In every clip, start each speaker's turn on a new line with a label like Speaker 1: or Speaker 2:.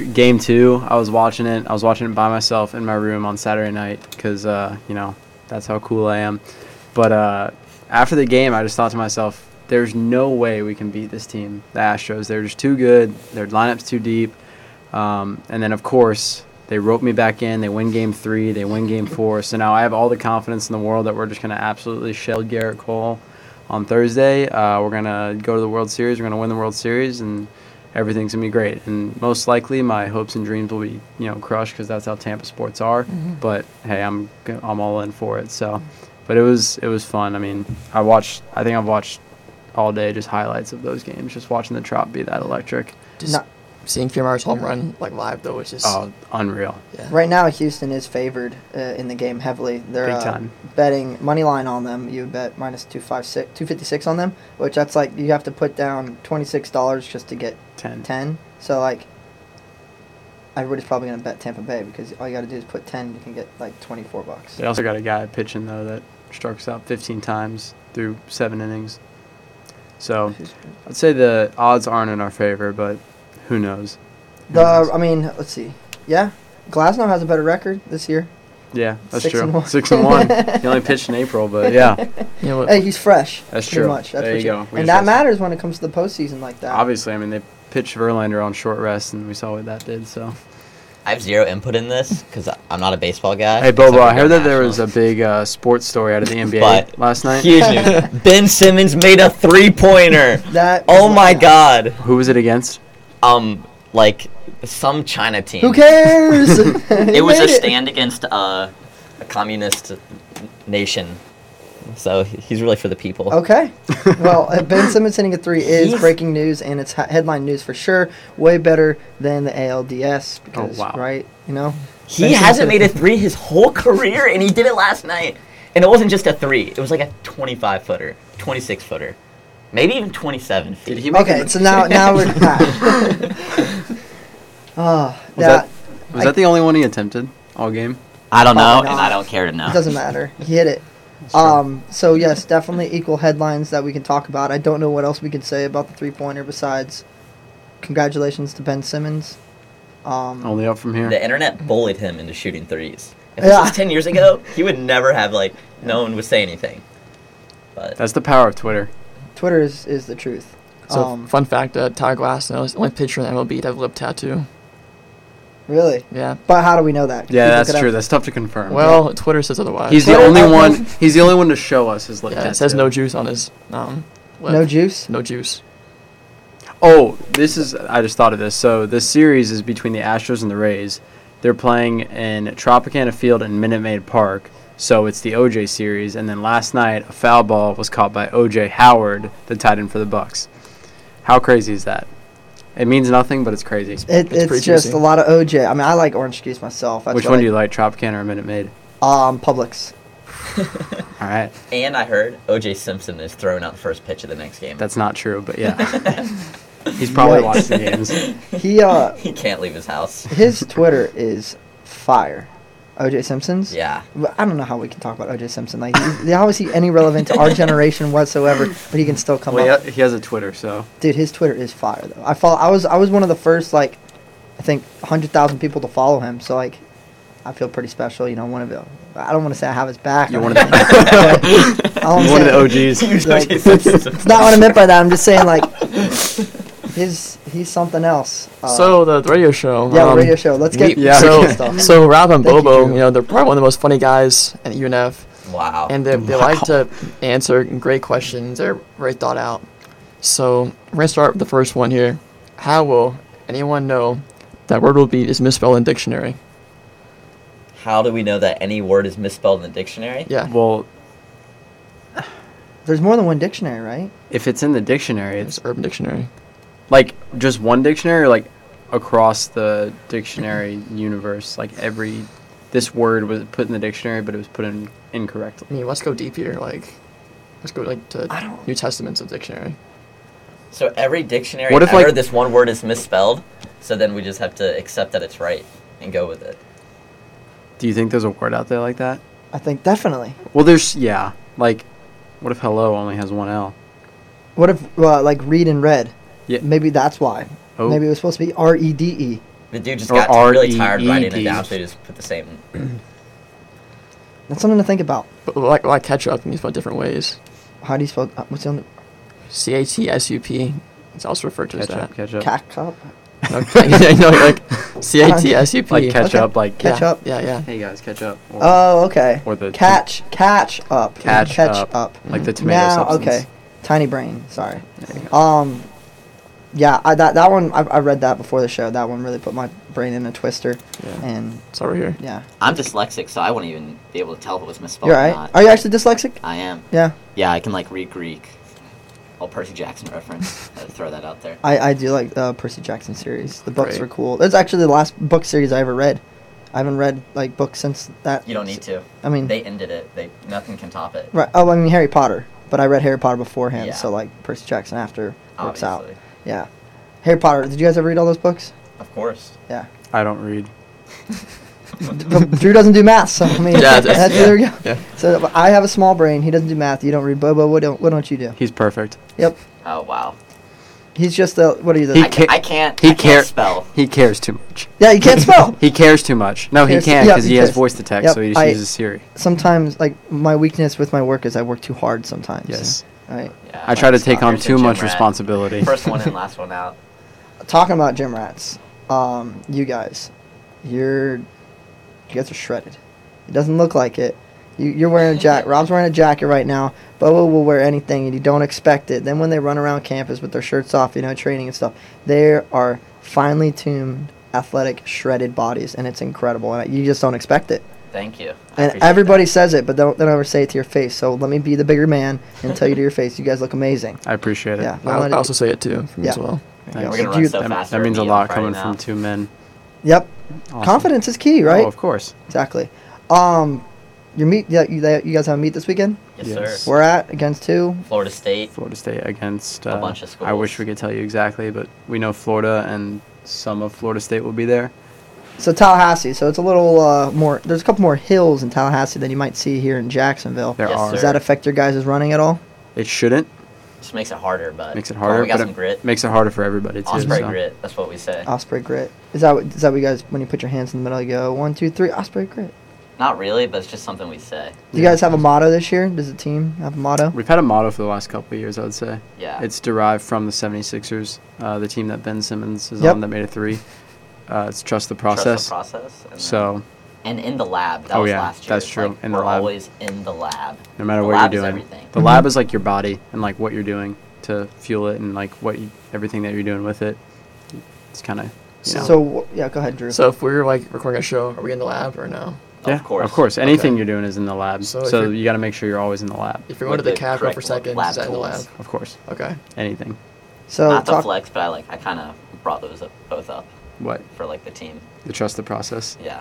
Speaker 1: game two, I was watching it. I was watching it by myself in my room on Saturday night because uh, you know that's how cool I am. But uh, after the game, I just thought to myself, "There's no way we can beat this team, the Astros. They're just too good. Their lineup's too deep." Um, and then of course they rope me back in. They win game three. They win game four. So now I have all the confidence in the world that we're just going to absolutely shell Garrett Cole on Thursday. Uh, we're going to go to the World Series. We're going to win the World Series, and everything's going to be great. And most likely, my hopes and dreams will be you know crushed because that's how Tampa sports are. But hey, I'm g- I'm all in for it. So, but it was it was fun. I mean, I watched. I think I've watched all day just highlights of those games. Just watching the Trop be that electric.
Speaker 2: Just
Speaker 3: Not-
Speaker 2: seeing Kiermaier's home run like live though, which is
Speaker 1: Oh, unreal.
Speaker 2: yeah.
Speaker 3: Right now, Houston is favored uh, in the game heavily. They're
Speaker 1: Big
Speaker 3: uh,
Speaker 1: time.
Speaker 3: betting money line on them. You bet minus 256 256 on them, which that's like you have to put down $26 just to get
Speaker 1: Ten.
Speaker 3: 10. So, like, everybody's probably going to bet Tampa Bay because all you got to do is put 10, you can get like 24 bucks.
Speaker 1: They also got a guy pitching though that strikes out 15 times through seven innings. So I'd say the odds aren't in our favor, but who knows? Who
Speaker 3: The, um,
Speaker 1: knows?
Speaker 3: I mean, let's see. Yeah, Glasnow has a better record this year.
Speaker 1: yeah, that's
Speaker 3: six
Speaker 1: true.
Speaker 3: and one.
Speaker 1: Six and one. he only pitched in April, but yeah,
Speaker 2: You know what?
Speaker 3: Hey, he's fresh.
Speaker 1: That's
Speaker 3: pretty
Speaker 1: true.
Speaker 3: Much. That's
Speaker 1: There
Speaker 3: what
Speaker 1: you go. We just
Speaker 3: And that
Speaker 1: lost.
Speaker 3: matters when it comes to the postseason like that.
Speaker 1: obviously, I mean they pitched Verlander on short rest, and we saw what that did. So
Speaker 4: I have zero input in this because I'm not a baseball guy.
Speaker 1: hey,
Speaker 4: except
Speaker 1: Bobo,
Speaker 4: for
Speaker 1: I heard
Speaker 4: the
Speaker 1: that there was a
Speaker 4: Nationals.
Speaker 1: big uh, sports story out of the NBA
Speaker 4: But-
Speaker 1: last night.
Speaker 4: huge news. ben Simmons made a three pointer.
Speaker 3: That.
Speaker 4: Oh my
Speaker 3: yeah.
Speaker 4: god.
Speaker 1: Who was it against?
Speaker 4: Um, like some China team.
Speaker 3: Who cares?
Speaker 4: It was a stand against uh, a communist nation. So he- he's really for the people.
Speaker 3: Okay. Well, uh, Ben Simmons hitting a three is
Speaker 4: He's-
Speaker 3: breaking news, and it's ha- headline news for sure. Way better than the ALDS because,
Speaker 1: wow.
Speaker 3: right? You know, Ben
Speaker 4: He
Speaker 3: Simmons
Speaker 4: hasn't
Speaker 3: hit
Speaker 4: made a three his whole career, and he did it last night. And it wasn't just a three; it was like a 25 footer, 26 footer, maybe even 27 feet.
Speaker 1: Did he make
Speaker 3: Okay, so now now we're back.
Speaker 1: Was
Speaker 3: oh, that,
Speaker 1: Was
Speaker 3: I-
Speaker 1: that the only one he attempted all game?
Speaker 4: I don't know,
Speaker 3: Probably
Speaker 4: and
Speaker 3: not.
Speaker 4: I don't care to know.
Speaker 3: it doesn't matter. He hit it. Um, so yes, definitely equal headlines that we can talk about. I don't know what else we could say about the three pointer besides congratulations to Ben Simmons. Um,
Speaker 1: Only up from here.
Speaker 4: The internet bullied him into shooting threes. If
Speaker 3: Yeah.
Speaker 4: this was 10 years ago, he would never have like no one would say anything. But
Speaker 1: That's the power of Twitter.
Speaker 3: Twitter is, is the truth.
Speaker 2: So
Speaker 3: um,
Speaker 2: fun fact: uh, Ty Glasnow is the only pitcher in the MLB to have a lip tattoo.
Speaker 3: really,
Speaker 2: Yeah.
Speaker 3: but how do we know that?
Speaker 1: Yeah,
Speaker 3: People
Speaker 1: that's
Speaker 3: could
Speaker 1: true.
Speaker 3: have-
Speaker 1: That's tough to confirm.
Speaker 2: Well, Twitter says otherwise.
Speaker 1: He's the
Speaker 3: Twitter
Speaker 1: only
Speaker 3: algorithm.
Speaker 1: one. He's the only one to show us his lip
Speaker 2: yeah,
Speaker 1: tattoo.
Speaker 2: it says no juice on his um. Lip.
Speaker 3: no juice.
Speaker 2: No juice.
Speaker 1: Oh, this is. I just thought of this. So this series is between the Astros and the Rays. They're playing in Tropicana Field in Minute Maid Park. So it's the OJ series. And then last night, a foul ball was caught by OJ Howard, the tight end for the Bucks. How crazy is that? It means nothing, but it's crazy.
Speaker 3: It,
Speaker 2: It's
Speaker 3: it's
Speaker 2: pretty
Speaker 3: just
Speaker 2: juicy.
Speaker 3: a lot of OJ. I mean, I like orange juice myself. That's
Speaker 1: Which
Speaker 3: what
Speaker 1: one
Speaker 3: I-
Speaker 1: do you like, Tropicana or Minute Maid?
Speaker 3: Um, Publix.
Speaker 1: All right,
Speaker 4: and I heard O.J. Simpson is throwing out the first pitch of the next game.
Speaker 1: that's not true, but yeah, he's probably
Speaker 3: Yikes.
Speaker 1: watched the games.
Speaker 3: He uh,
Speaker 4: he can't leave his house.
Speaker 3: his Twitter is fire. OJ Simpson's.
Speaker 4: Yeah.
Speaker 3: Well, I don't know how we can talk about OJ Simpson. Like, he- how is he any relevant to our generation whatsoever? But he can still come
Speaker 1: Well,
Speaker 3: up.
Speaker 1: he, he has a Twitter, so
Speaker 3: Dude, his Twitter is fire though. I follow. I was I was one of the first like, I think hundred thousand people to follow him. So like, I feel pretty special. You know, one of the. I don't want to say I have his back.
Speaker 1: you're one of the,
Speaker 3: I don't
Speaker 1: you're one of the
Speaker 3: wanna say-
Speaker 1: OGs.
Speaker 4: He's
Speaker 3: Like,
Speaker 4: O.J. Simpson.
Speaker 3: It's not what I meant by that. I'm just saying like, his he's something else. Uh,
Speaker 2: so the, the radio show.
Speaker 3: yeah,
Speaker 2: um,
Speaker 3: radio show. Let's get
Speaker 2: we-
Speaker 1: yeah,
Speaker 2: So,
Speaker 1: okay.
Speaker 3: stuff.
Speaker 2: so Rob and
Speaker 3: Thank you,
Speaker 2: Bobo,
Speaker 3: Drew.
Speaker 2: you, know, they're probably one of the most funny guys at UNF,
Speaker 4: Wow.
Speaker 2: and uh, they, they like to answer great questions. They're very thought out. So we're gonna start with the first one here. How will anyone know that word will be is misspelled in dictionary?
Speaker 4: How do we know that any word is misspelled in the dictionary?
Speaker 2: Yeah.
Speaker 1: Well,
Speaker 3: There's more than one dictionary, right?
Speaker 1: if it's in the dictionary, it's
Speaker 2: It's Urban Dictionary.
Speaker 1: like just one dictionary or like across the dictionary universe like every this word was put in the dictionary but it was put in
Speaker 2: I
Speaker 1: incorrectly
Speaker 2: mean, let's go deep here. Like, let's go like
Speaker 3: I
Speaker 2: to
Speaker 3: don't-
Speaker 2: New Testaments of dictionary.
Speaker 4: So every dictionary
Speaker 1: What if,
Speaker 4: ever
Speaker 1: like-
Speaker 4: this one word is misspelled, so then we just have to accept that it's right and go with it.
Speaker 1: do you think there's a word out there like that
Speaker 3: I think definitely.
Speaker 1: well there's yeah like what if hello only has one l
Speaker 3: What if uh, like read and read?
Speaker 1: Yeah.
Speaker 3: Maybe that's why.
Speaker 1: Oh.
Speaker 3: Maybe it was supposed to be R E D E.
Speaker 4: The dude just
Speaker 1: Or
Speaker 4: got really
Speaker 1: R
Speaker 4: tired
Speaker 1: E E
Speaker 4: writing it down,
Speaker 1: D.
Speaker 4: so he just put the same.
Speaker 3: That's something to think about.
Speaker 2: But like, like ketchup can be spelled different ways.
Speaker 3: How do you spell? uh, What's the other?
Speaker 2: C A T S U P. It's also referred to
Speaker 1: Ketchup,
Speaker 2: as
Speaker 1: ketchup.
Speaker 3: Cack cup.
Speaker 2: that. Okay. no, like C A T S U P.
Speaker 1: Like catch
Speaker 3: Okay.
Speaker 1: up, like
Speaker 3: Catch
Speaker 2: yeah,
Speaker 3: up.
Speaker 2: Yeah, yeah.
Speaker 1: Hey guys, catch up. Or,
Speaker 3: Oh, okay.
Speaker 1: or the
Speaker 3: catch, catch up.
Speaker 1: Uh, Catch up. like the tomato
Speaker 3: now,
Speaker 1: substance.
Speaker 3: okay. Tiny brain. Sorry. Um, yeah, I, that that one I, I read that before the show. That one really put my brain in a twister,
Speaker 2: Yeah.
Speaker 3: and
Speaker 2: It's over here.
Speaker 3: yeah,
Speaker 4: I'm dyslexic, so I wouldn't even be able to tell if it was misspelled
Speaker 3: you're
Speaker 4: or
Speaker 3: right.
Speaker 4: not.
Speaker 3: Are you actually dyslexic?
Speaker 4: I am.
Speaker 3: Yeah,
Speaker 4: Yeah, I can like read Greek. All Percy Jackson reference. I'd throw that out there.
Speaker 3: I, I do like the Percy Jackson series. The books
Speaker 2: Great.
Speaker 3: were cool. That's actually the last book series I ever read. I haven't read like books since that.
Speaker 4: You don't need to.
Speaker 3: I mean,
Speaker 4: They ended it. They nothing can top it.
Speaker 3: right? Oh, I mean Harry Potter, but I read Harry Potter beforehand,
Speaker 4: Yeah.
Speaker 3: so like Percy Jackson after works
Speaker 4: Obviously,
Speaker 3: out. Yeah, Harry Potter. Did you guys ever read all those books?
Speaker 4: of course.
Speaker 3: Yeah,
Speaker 1: I don't read.
Speaker 3: but Drew doesn't do math, so I mean,
Speaker 2: Yeah,
Speaker 3: that's,
Speaker 2: that's-
Speaker 3: there we go.
Speaker 2: Yeah.
Speaker 3: So but I have a small brain. He doesn't do math. You don't read Bobo. What don't What don't you do?
Speaker 1: He's perfect.
Speaker 3: Yep.
Speaker 4: Oh wow.
Speaker 3: He's just a what are you?
Speaker 1: He
Speaker 3: The,
Speaker 4: I,
Speaker 1: ca-
Speaker 4: can't, I can't.
Speaker 1: he
Speaker 4: I can't
Speaker 1: care-
Speaker 4: spell.
Speaker 1: He cares too much.
Speaker 3: yeah, you can't spell.
Speaker 1: He cares too much. No, he
Speaker 3: Cares-
Speaker 1: can't
Speaker 3: yeah,
Speaker 1: because he,
Speaker 3: he
Speaker 1: has
Speaker 3: cares.
Speaker 1: voice detect,
Speaker 3: Yep,
Speaker 1: so he just
Speaker 3: I-
Speaker 1: uses Siri.
Speaker 3: Sometimes like my weakness with my work is I work too hard sometimes.
Speaker 1: Yes.
Speaker 3: Right.
Speaker 4: Yeah,
Speaker 1: I try to
Speaker 4: like,
Speaker 1: take on
Speaker 4: there's a
Speaker 1: too
Speaker 4: gym
Speaker 1: much
Speaker 4: rat.
Speaker 1: responsibility.
Speaker 4: First one in, last one out.
Speaker 3: talking about gym rats, um, you guys, you're, you guys are shredded. It doesn't look like it. You, you're wearing a jacket. Rob's wearing a jacket right now. Bobo will wear anything, and you don't expect it. Then when they run around campus with their shirts off, you know, training and stuff, they are finely tuned, athletic, shredded bodies, and it's incredible. And you just don't expect it.
Speaker 4: Thank you. I
Speaker 3: And
Speaker 4: appreciate
Speaker 3: everybody
Speaker 4: that.
Speaker 3: says it, but don't, they don't ever say it to your face. So let me be the bigger man and tell you to your face, you guys look amazing.
Speaker 1: I appreciate it.
Speaker 3: Yeah.
Speaker 2: I, I also say it too for me
Speaker 3: Yeah.
Speaker 2: as well.
Speaker 1: Thanks.
Speaker 4: We're gonna
Speaker 3: Do
Speaker 4: run
Speaker 3: you-
Speaker 4: so
Speaker 1: That,
Speaker 4: fast.
Speaker 1: that
Speaker 4: we're
Speaker 1: means a
Speaker 4: meeting
Speaker 1: lot
Speaker 4: Friday
Speaker 1: coming
Speaker 4: now.
Speaker 1: from two men.
Speaker 3: Yep.
Speaker 1: Awesome.
Speaker 3: Confidence is key, right?
Speaker 1: Oh, of course.
Speaker 3: Exactly. Um, your meet. Yeah, you, you guys have a meet this weekend.
Speaker 4: Yes,
Speaker 1: Yes.
Speaker 4: sir.
Speaker 3: We're at against two.
Speaker 4: Florida State.
Speaker 1: Florida State against.
Speaker 4: A
Speaker 1: Uh,
Speaker 4: bunch of
Speaker 1: I wish we
Speaker 4: schools.
Speaker 1: could tell you exactly, but we know Florida and some of Florida State will be there.
Speaker 3: So Tallahassee. So it's a little uh, more. There's a couple more hills in Tallahassee than you might see here in Jacksonville.
Speaker 1: There
Speaker 4: Yes,
Speaker 1: are.
Speaker 4: sir.
Speaker 3: Does that affect your guys' running at all?
Speaker 1: It shouldn't.
Speaker 4: Just makes it harder, but
Speaker 1: Makes it
Speaker 4: come on,
Speaker 1: harder.
Speaker 4: we got
Speaker 1: but
Speaker 4: some
Speaker 1: it
Speaker 4: grit.
Speaker 1: Makes it harder for everybody too.
Speaker 4: Osprey
Speaker 1: so.
Speaker 4: grit. That's what we say.
Speaker 3: Osprey grit. Is that what, is that what you guys when you put your hands in the middle? You go one, two, three. Osprey grit.
Speaker 4: Not really, but it's just something we say.
Speaker 3: Do you
Speaker 1: Yeah.
Speaker 3: guys have a motto this year? Does the team have a motto?
Speaker 1: We've had a motto for the last couple of years, I would say.
Speaker 4: Yeah.
Speaker 1: It's derived from the 76ers, uh, the team that Ben Simmons is
Speaker 3: Yep.
Speaker 1: on that made a three. Uh, it's trust the
Speaker 4: Trust
Speaker 1: process.
Speaker 4: The process. And then-
Speaker 1: so
Speaker 4: And in the lab. That
Speaker 1: Oh,
Speaker 4: was
Speaker 1: yeah,
Speaker 4: last year.
Speaker 1: that's
Speaker 4: It's
Speaker 1: true,
Speaker 4: Like,
Speaker 1: in the
Speaker 4: we're
Speaker 1: lab.
Speaker 4: always in the lab.
Speaker 1: no matter
Speaker 4: The
Speaker 1: what
Speaker 4: lab
Speaker 1: you're
Speaker 4: is
Speaker 1: doing,
Speaker 4: everything.
Speaker 1: the lab is like your body and like what you're doing to fuel it and like what you, everything that you're doing with it. It's kind of you know.
Speaker 3: So wh- yeah, go ahead, Drew.
Speaker 2: So if we're like recording a show, are we in the lab or no?
Speaker 4: Of course.
Speaker 1: Of course. Anything
Speaker 2: Okay.
Speaker 1: you're doing is in the lab.
Speaker 2: So
Speaker 1: So,
Speaker 2: if you're-
Speaker 1: you got to make sure you're always in the lab.
Speaker 2: If we
Speaker 4: With
Speaker 2: went to the
Speaker 4: the
Speaker 2: cab
Speaker 4: correct
Speaker 2: for seconds,
Speaker 4: lab
Speaker 2: is that in the lab?
Speaker 4: tools.
Speaker 1: Of course.
Speaker 2: Okay.
Speaker 1: Anything.
Speaker 3: so
Speaker 4: Not to
Speaker 3: talk-
Speaker 4: flex, but I like I kind of brought those up, both up
Speaker 1: What?
Speaker 4: for like the team.
Speaker 1: The trust the process.
Speaker 4: Yeah.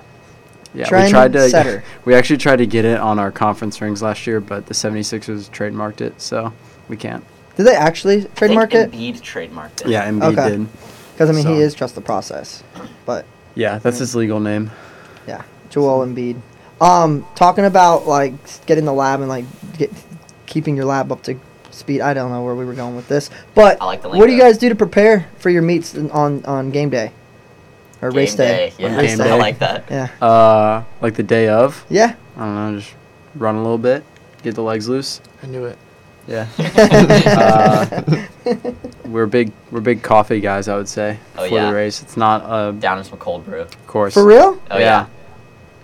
Speaker 1: Yeah,
Speaker 3: Trend
Speaker 1: we tried to
Speaker 3: setter.
Speaker 1: we actually tried to get it on our conference rings last year, but the 76ers trademarked it, so we can't.
Speaker 3: Did they actually trademark
Speaker 4: I think
Speaker 3: it?
Speaker 4: Embiid trademarked it.
Speaker 1: Yeah, Embiid
Speaker 3: Okay.
Speaker 1: did.
Speaker 3: Because I mean,
Speaker 1: So-
Speaker 3: he is trust the process, but
Speaker 1: Yeah, that's his legal name.
Speaker 3: Yeah, Joel Embiid. Um, talking about like s- getting the lab and like get, keeping your lab up to speed. I don't know where we were going with this, but
Speaker 4: I like the
Speaker 3: what do you
Speaker 4: lingo.
Speaker 3: guys do to prepare for your meets in- on on game day or
Speaker 4: Game
Speaker 3: race day?
Speaker 4: Yeah.
Speaker 1: On game
Speaker 4: I
Speaker 1: day.
Speaker 4: like that.
Speaker 3: Yeah,
Speaker 1: Uh, like the day of,
Speaker 3: yeah.
Speaker 1: I don't know, just run a little bit, get the legs loose.
Speaker 2: I knew it.
Speaker 1: Yeah. uh, we're big we're big coffee guys, I would say,
Speaker 4: Oh,
Speaker 1: for
Speaker 4: yeah.
Speaker 1: the race. It's not a
Speaker 4: Down in some cold brew.
Speaker 1: course.
Speaker 3: For real?
Speaker 4: Oh yeah.